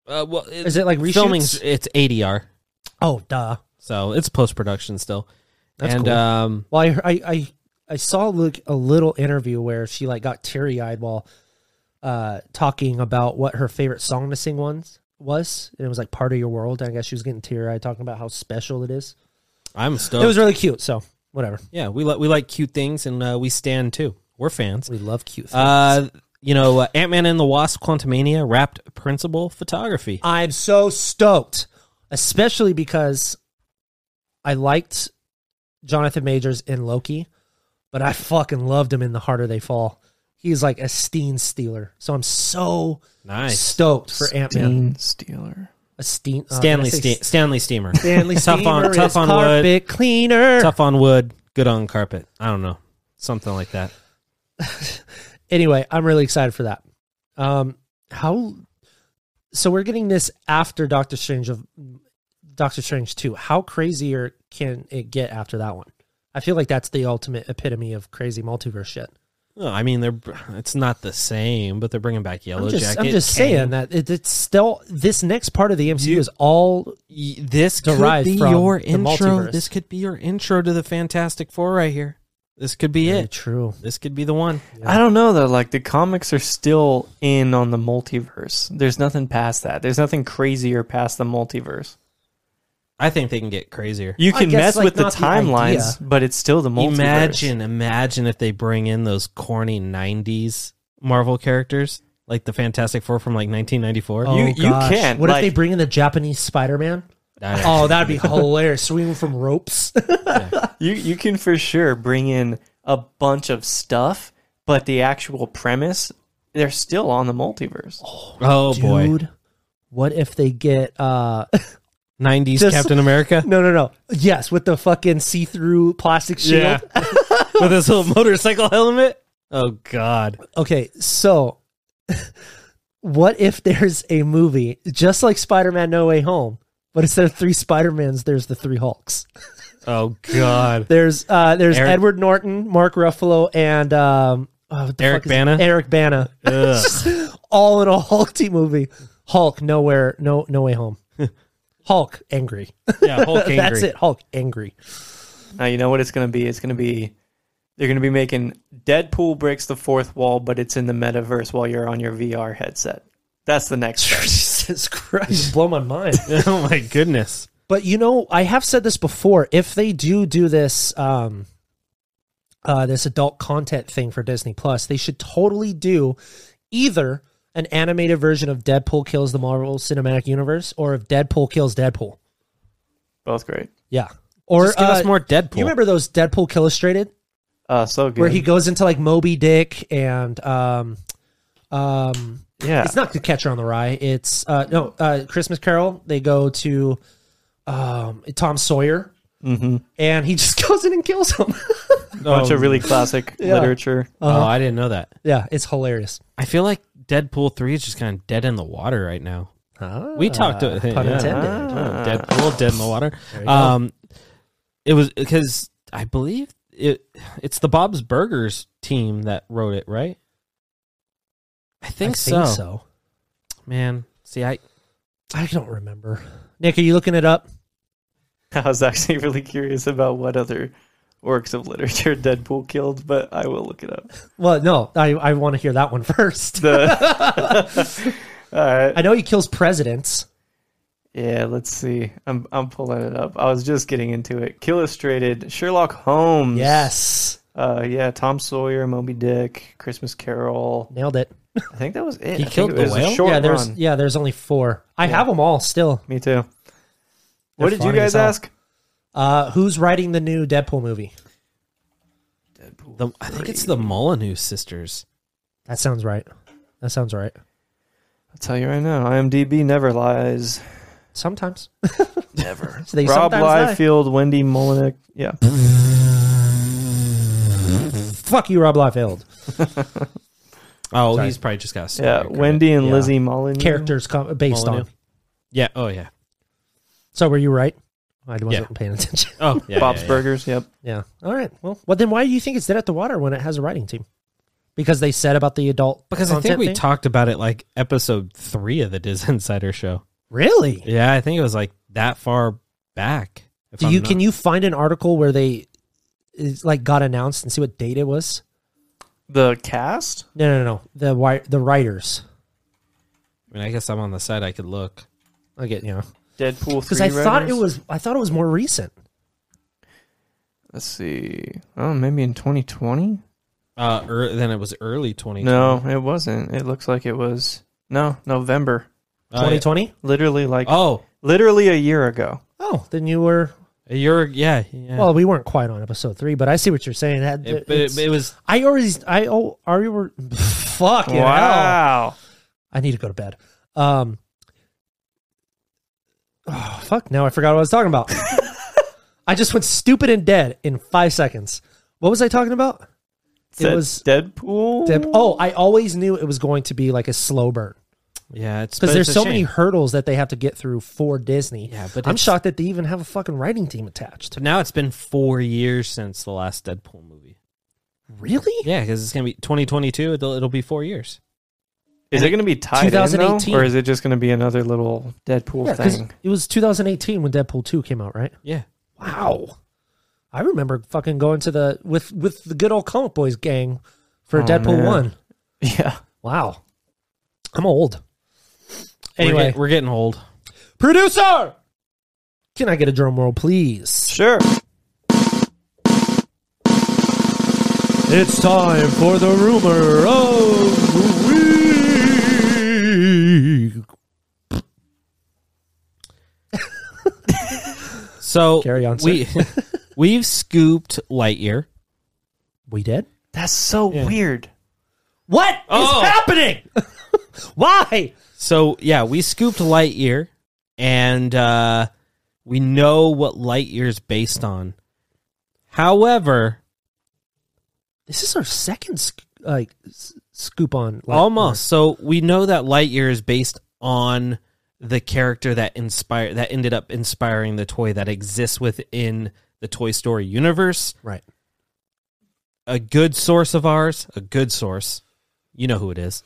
Speaker 2: Uh, well,
Speaker 3: Is it like reshoots?
Speaker 2: filming's It's ADR,
Speaker 3: Oh duh.
Speaker 2: so it's post production still.
Speaker 3: That's
Speaker 2: and
Speaker 3: cool.
Speaker 2: um,
Speaker 3: Well, I I I, I saw like a little interview where she like got teary eyed while uh talking about what her favorite song to sing once was, and it was like "Part of Your World." I guess she was getting teary eyed talking about how special it is.
Speaker 2: I'm stoked.
Speaker 3: It was really cute. So whatever,
Speaker 2: yeah, we like we like cute things, and uh, we stand too. We're fans.
Speaker 3: we love cute. Things.
Speaker 2: Uh, you know, uh, Ant Man and the Wasp: Quantumania wrapped principal photography.
Speaker 3: I'm so stoked, especially because I liked Jonathan Majors in Loki, but I fucking loved him in The Harder They Fall. He's like a Steen stealer, so I'm so
Speaker 2: Nice.
Speaker 3: stoked for Ant Man.
Speaker 4: Stealer.
Speaker 3: A Steen uh,
Speaker 2: Stanley
Speaker 3: did I say
Speaker 2: Ste- Stanley Steamer.
Speaker 3: Stanley
Speaker 2: Tough on-
Speaker 3: Steamer
Speaker 2: tough
Speaker 3: is
Speaker 2: on wood.
Speaker 3: carpet cleaner.
Speaker 2: Tough on wood. Good on carpet. I don't know. Something like that.
Speaker 3: anyway, I'm really excited for that. Um, how? So we're getting this after Doctor Strange of Doctor Strange two. How crazier can it get after that one? I feel like that's the ultimate epitome of crazy multiverse shit.
Speaker 2: No, I mean, they're it's not the same, but they're bringing back Yellow
Speaker 3: I'm just,
Speaker 2: Jacket.
Speaker 3: I'm just
Speaker 2: Kang.
Speaker 3: saying that it, it's still this next part of the MCU is all
Speaker 2: Y- this could
Speaker 3: derived
Speaker 2: be
Speaker 3: from
Speaker 2: your
Speaker 3: the
Speaker 2: intro.
Speaker 3: multiverse.
Speaker 2: This could be your intro to the Fantastic Four right here. This could be
Speaker 3: very
Speaker 2: it.
Speaker 3: true.
Speaker 2: This could be the one.
Speaker 4: I don't know though. Like the comics are still in on the multiverse. There's nothing past that. There's nothing crazier past the multiverse.
Speaker 2: I think they can get crazier.
Speaker 4: You
Speaker 3: I
Speaker 4: can
Speaker 3: guess,
Speaker 4: mess
Speaker 3: like,
Speaker 4: with the
Speaker 3: not the
Speaker 4: timelines,
Speaker 3: idea.
Speaker 4: but it's still the multiverse.
Speaker 2: Imagine, imagine if they bring in those corny '90s Marvel characters, like the Fantastic Four from like 1994.
Speaker 3: Oh,
Speaker 4: You- you
Speaker 3: gosh.
Speaker 4: can,
Speaker 3: What
Speaker 4: like-
Speaker 3: if they bring in the Japanese Spider Man?
Speaker 2: That-
Speaker 3: Oh, that'd be hilarious. Swinging from ropes.
Speaker 4: You you can for sure bring in a bunch of stuff, but the actual premise they're still on the multiverse.
Speaker 2: oh boy,
Speaker 3: Dude, what if they get uh
Speaker 2: '90s
Speaker 3: Just-
Speaker 2: Captain America
Speaker 3: no no no. Yes, with the fucking see-through plastic shield.
Speaker 2: Yeah. with his little motorcycle helmet. Oh God,
Speaker 3: Okay, so what if there's a movie just like Spider-Man No Way Home, but instead of three Spider-Mans, there's the three Hulks.
Speaker 2: oh God.
Speaker 3: There's uh there's
Speaker 2: Eric-
Speaker 3: Edward Norton, Mark Ruffalo, and um oh, what the
Speaker 2: Eric
Speaker 3: fuck is-
Speaker 2: Bana?
Speaker 3: Eric Bana.
Speaker 2: Ugh.
Speaker 3: All in a Hulk team movie. Hulk nowhere no no way home. Hulk angry.
Speaker 2: Yeah, Hulk angry.
Speaker 3: That's it. Hulk angry.
Speaker 4: Now you know what it's going to be. It's going to be they're going to be making Deadpool breaks the fourth wall, but it's in the metaverse while you're on your VR headset. That's the next. step.
Speaker 3: Jesus Christ, blow my mind.
Speaker 2: oh my goodness.
Speaker 3: But you know, I have said this before. If they do do this, um, uh, this adult content thing for Disney Plus, they should totally do either an animated version of Deadpool kills the Marvel Cinematic Universe, or if Deadpool kills Deadpool.
Speaker 4: Both great.
Speaker 3: Yeah. Or
Speaker 2: Just give
Speaker 3: uh,
Speaker 2: us more Deadpool.
Speaker 3: You remember those Deadpool illustrated
Speaker 4: Uh, so good.
Speaker 3: where he goes into like Moby Dick and um, um,
Speaker 4: yeah.
Speaker 3: it's not the catcher on the rye it's uh no uh christmas carol they go to um tom sawyer and he just goes in and kills him Uh,
Speaker 4: a Mm-hmm.
Speaker 3: Oh.
Speaker 4: bunch of really classic literature.
Speaker 2: Oh, I didn't know that.
Speaker 3: yeah it's hilarious
Speaker 2: I feel like Deadpool 3 is just kind of dead in the water right now. we talked to
Speaker 3: Ah, pun intended.
Speaker 4: Ah.
Speaker 2: Deadpool dead in the water. Um it was cuz I believe it it's the Bob's Burgers team that wrote it, right? I think, so. Man, see I
Speaker 3: i don't remember nick are you looking it up
Speaker 4: I was actually really curious about what other works of literature Deadpool killed, but I will look it up.
Speaker 3: well no i, I want to hear that one first
Speaker 4: The- All right.
Speaker 3: i know he kills presidents
Speaker 4: Yeah, let's see. I'm I'm pulling it up. I was just getting into it. Illustrated, Sherlock Holmes.
Speaker 3: yes
Speaker 4: Uh, yeah, Tom Sawyer, Moby Dick, Christmas Carol.
Speaker 3: nailed it
Speaker 4: I think that was it.
Speaker 2: He
Speaker 4: I think
Speaker 2: killed
Speaker 4: it
Speaker 2: the
Speaker 4: was a
Speaker 2: whale?
Speaker 4: short
Speaker 3: yeah there's
Speaker 4: run.
Speaker 3: yeah there's only four i have them all still
Speaker 4: Me too. What did you
Speaker 3: funny as
Speaker 4: guys
Speaker 3: hell.
Speaker 4: ask?
Speaker 3: uh who's writing the new deadpool movie
Speaker 2: the, I think it's the Molyneux sisters.
Speaker 3: that sounds right that sounds right
Speaker 4: I'll tell you right now. IMDb never lies.
Speaker 3: Sometimes.
Speaker 4: Never.
Speaker 3: They
Speaker 4: Rob
Speaker 3: sometimes lie.
Speaker 4: Liefeld, Wendy Molinick. Yeah.
Speaker 3: Fuck you, Rob Liefeld.
Speaker 2: Oh,
Speaker 3: Sorry.
Speaker 2: he's probably just got a story
Speaker 4: Yeah.
Speaker 2: credit.
Speaker 4: Wendy and
Speaker 3: Yeah.
Speaker 4: Lizzie Molyneux.
Speaker 3: Mm-hmm. Characters com- based
Speaker 2: Molyneux.
Speaker 3: on.
Speaker 2: Yeah, oh yeah.
Speaker 3: So were you right? I wasn't
Speaker 2: Yeah.
Speaker 3: paying attention.
Speaker 2: Oh, yeah.
Speaker 4: Bob's
Speaker 2: yeah, yeah.
Speaker 4: Burgers. Yep.
Speaker 3: yeah. All right. Well, well, then why do you think it's dead at the water when it has a writing team? Because they said about the adult.
Speaker 2: Because I think
Speaker 3: content
Speaker 2: we
Speaker 3: thing?
Speaker 2: talked about it like episode three of the Diz Insider show.
Speaker 3: really.
Speaker 2: Yeah, I think it was like that far back. if
Speaker 3: Do
Speaker 2: I'm
Speaker 3: you
Speaker 2: not-
Speaker 3: can you find an article where they it's like got announced and see what date it was?
Speaker 4: The cast.
Speaker 3: No, no, no. The wi- the writers.
Speaker 2: I mean, I guess I'm on the side. I could look.
Speaker 3: I get you know
Speaker 4: Deadpool.
Speaker 3: because
Speaker 4: three
Speaker 3: I thought it
Speaker 4: writers?
Speaker 3: was I thought it was more recent.
Speaker 4: Let's see. Oh, maybe in 2020.
Speaker 2: Uh, er, then it was early 2020.
Speaker 4: No, it wasn't. It looks like it was no November.
Speaker 2: Oh, yeah.
Speaker 3: Twenty twenty.
Speaker 4: Literally, like
Speaker 2: Oh,
Speaker 4: literally a year ago.
Speaker 3: Oh, then you were.
Speaker 2: you're yeah. yeah.
Speaker 3: Well, we weren't quite on episode three, but I see what you're saying. That,
Speaker 2: it, but
Speaker 3: it's-
Speaker 2: it, it was
Speaker 3: I already, I oh, already were. Fucking hell!
Speaker 4: wow.
Speaker 3: I need to go to bed. Um, oh, fuck! Now I forgot what I was talking about. I just went stupid and dead in five seconds. What was I talking about?
Speaker 4: Said
Speaker 3: was-
Speaker 4: Deadpool.
Speaker 3: Dip. Oh, I always knew it was going to be like a slow burn
Speaker 2: Yeah, it's
Speaker 3: because
Speaker 2: but
Speaker 3: there's
Speaker 2: it's a
Speaker 3: so
Speaker 2: shame.
Speaker 3: many hurdles that they have to get through for Disney.
Speaker 2: Yeah, but
Speaker 3: I'm
Speaker 2: it's-
Speaker 3: shocked that they even have a fucking writing team attached.
Speaker 2: But now it's been four years since the last Deadpool movie.
Speaker 3: Really?
Speaker 2: Yeah, because it's gonna be 2022. It'll it'll be four years.
Speaker 4: Is it going to be tied in though,
Speaker 3: 2018.
Speaker 4: or is it just going to be another little Deadpool
Speaker 3: Yeah, 'cause
Speaker 4: thing?
Speaker 3: it was 2018 when Deadpool 2 came out, right?
Speaker 2: Yeah,
Speaker 3: Wow. I remember fucking going to the with with the good old comic boys gang for Deadpool
Speaker 4: man.
Speaker 3: 1.
Speaker 4: Yeah.
Speaker 3: Wow. I'm old.
Speaker 2: We're
Speaker 3: Anyway,
Speaker 2: get- we're getting old.
Speaker 3: producer, can I get a drum roll, please?
Speaker 4: Sure.
Speaker 1: It's time for the rumor of the week.
Speaker 2: So
Speaker 3: Carry on,
Speaker 2: We we've scooped Lightyear.
Speaker 3: We did.
Speaker 4: That's so weird.
Speaker 3: What is
Speaker 2: Oh.
Speaker 3: happening? Why?
Speaker 2: So yeah, we scooped Lightyear, and uh, we know what Lightyear's based on. However,
Speaker 3: This is our second sc- like s- scoop on like,
Speaker 2: almost. So we know that Lightyear is based on the character that inspired that ended up inspiring the toy that exists within the Toy Story universe.
Speaker 3: right.
Speaker 2: a good source of ours, a good source, you know who it is,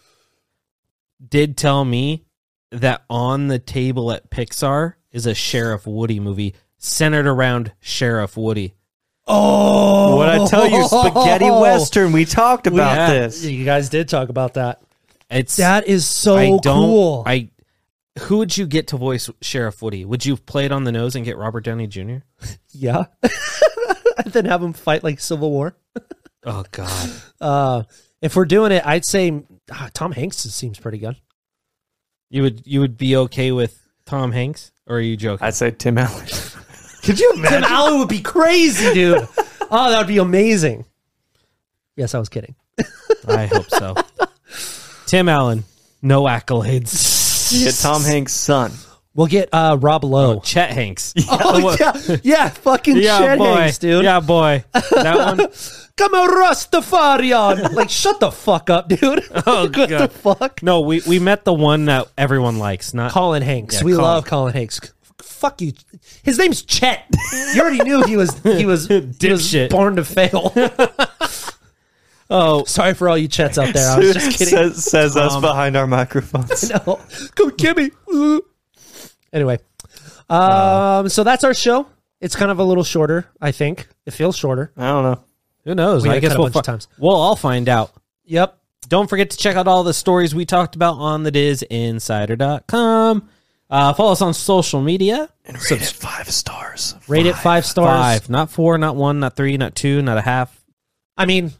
Speaker 2: did tell me that on the table at Pixar is a Sheriff Woody movie centered around Sheriff Woody.
Speaker 3: Oh,
Speaker 4: What I tell you, spaghetti western. We talked about
Speaker 2: Yeah.
Speaker 4: this.
Speaker 3: You guys did talk about that.
Speaker 2: It's
Speaker 3: That is so
Speaker 2: I don't
Speaker 3: cool.
Speaker 2: I who would you get to voice Sheriff Woody? Would you play it on the nose and get Robert Downey Jr.?
Speaker 3: yeah. then have them fight like Civil War.
Speaker 2: Oh God,
Speaker 3: Uh, if we're doing it, I'd say ah, Tom Hanks seems pretty good.
Speaker 2: you would you would be okay with Tom Hanks, or are you joking?
Speaker 4: I'd say Tim Allen.
Speaker 3: Could you imagine? Tim Allen would be crazy, dude. oh, that would be amazing. Yes, I was kidding.
Speaker 2: I hope so. Tim Allen, no accolades.
Speaker 4: Get Tom Hanks' son.
Speaker 3: We'll get uh, Rob Lowe.
Speaker 2: Chet Hanks.
Speaker 3: Oh, yeah, yeah, fucking
Speaker 2: yeah,
Speaker 3: shit
Speaker 2: boy.
Speaker 3: Hanks, dude.
Speaker 2: Yeah, boy. That one.
Speaker 3: Come on, Rastafarian. like, shut the fuck up, dude.
Speaker 2: Oh,
Speaker 3: what the
Speaker 2: God.
Speaker 3: fuck?
Speaker 2: No, we, we met the one that everyone likes. Not
Speaker 3: Colin Hanks.
Speaker 2: Yeah,
Speaker 3: we
Speaker 2: Colin.
Speaker 3: love Colin Hanks. Fuck you. His name's Chet. You already knew he was he was, he was
Speaker 2: Dipshit.
Speaker 3: born to fail.
Speaker 2: oh
Speaker 3: Sorry for all you Chets out there. I was just kidding.
Speaker 4: says says us behind our microphones.
Speaker 3: no. Come get me. Ooh. Anyway, um, so that's our show. It's kind of a little shorter, I think. It feels shorter.
Speaker 4: I don't know.
Speaker 2: who knows?
Speaker 3: We
Speaker 2: I
Speaker 3: had
Speaker 2: guess
Speaker 3: cut a
Speaker 2: we'll
Speaker 3: bunch of
Speaker 2: fi-
Speaker 3: times.
Speaker 2: we'll all find out.
Speaker 3: Yep.
Speaker 2: Don't forget to check out all the stories we talked about on the dizinsider.com. Uh, follow us on social media.
Speaker 4: And rate it five stars.
Speaker 3: Rate it five stars.
Speaker 2: Five, not four, not one, not three, not two, not a half.
Speaker 3: I mean,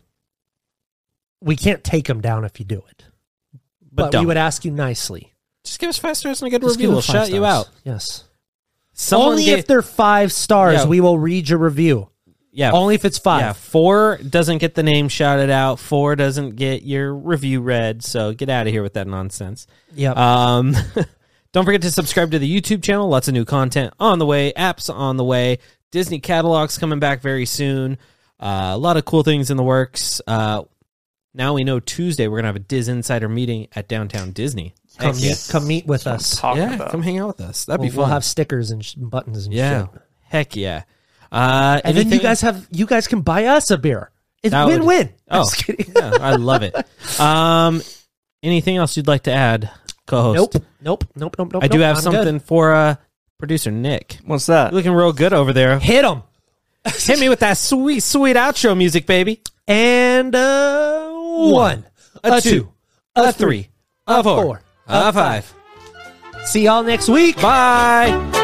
Speaker 3: we can't take them down if you do it,
Speaker 2: But,
Speaker 3: but,
Speaker 2: don't.
Speaker 3: we would ask you nicely.
Speaker 2: just give us five stars and a good
Speaker 3: Just
Speaker 2: review.
Speaker 3: give
Speaker 2: We'll
Speaker 3: them five
Speaker 2: shout you
Speaker 3: stars.
Speaker 2: out.
Speaker 3: Yes.
Speaker 2: Someone
Speaker 3: only
Speaker 2: gave-
Speaker 3: if they're five stars,
Speaker 2: Yeah.
Speaker 3: we will read your review.
Speaker 2: yeah,
Speaker 3: Only if it's five.
Speaker 2: Yeah, four doesn't get the name shouted out. Four doesn't get your review read. So get out of here with that nonsense.
Speaker 3: Yep.
Speaker 2: Um, don't forget to subscribe to the YouTube channel. Lots of new content on the way. Apps on the way. Disney catalogs coming back very soon. Uh, a lot of cool things in the works. Uh, now we know Tuesday we're gonna have a Diz Insider meeting at Downtown Disney.
Speaker 3: come,
Speaker 2: Heck
Speaker 3: meet, come meet with
Speaker 4: That's what I'm
Speaker 3: us.
Speaker 4: talking
Speaker 2: yeah,
Speaker 4: about.
Speaker 2: come hang out with us. That'd
Speaker 3: We'll,
Speaker 2: be
Speaker 3: we'll
Speaker 2: fun.
Speaker 3: have stickers and sh- buttons and
Speaker 2: yeah,
Speaker 3: shit.
Speaker 2: heck yeah. Uh,
Speaker 3: And then you guys have you guys can buy us a beer. It's
Speaker 2: That would-
Speaker 3: win win.
Speaker 2: Oh,
Speaker 3: just kidding.
Speaker 2: yeah, I love it. Um, anything else you'd like to add, co-host?
Speaker 3: Nope. Nope. Nope. Nope. Nope.
Speaker 2: I do
Speaker 3: nope.
Speaker 2: have
Speaker 3: I'm good.
Speaker 2: something for uh, producer Nick.
Speaker 4: What's that?
Speaker 2: You're looking real good over there.
Speaker 3: Hit them.
Speaker 2: Hit me with that sweet, sweet outro music, baby.
Speaker 3: And uh, one,
Speaker 2: A
Speaker 3: a,
Speaker 2: two,
Speaker 3: two,
Speaker 2: A three, a four, a five.
Speaker 3: See y'all next week.
Speaker 2: Bye.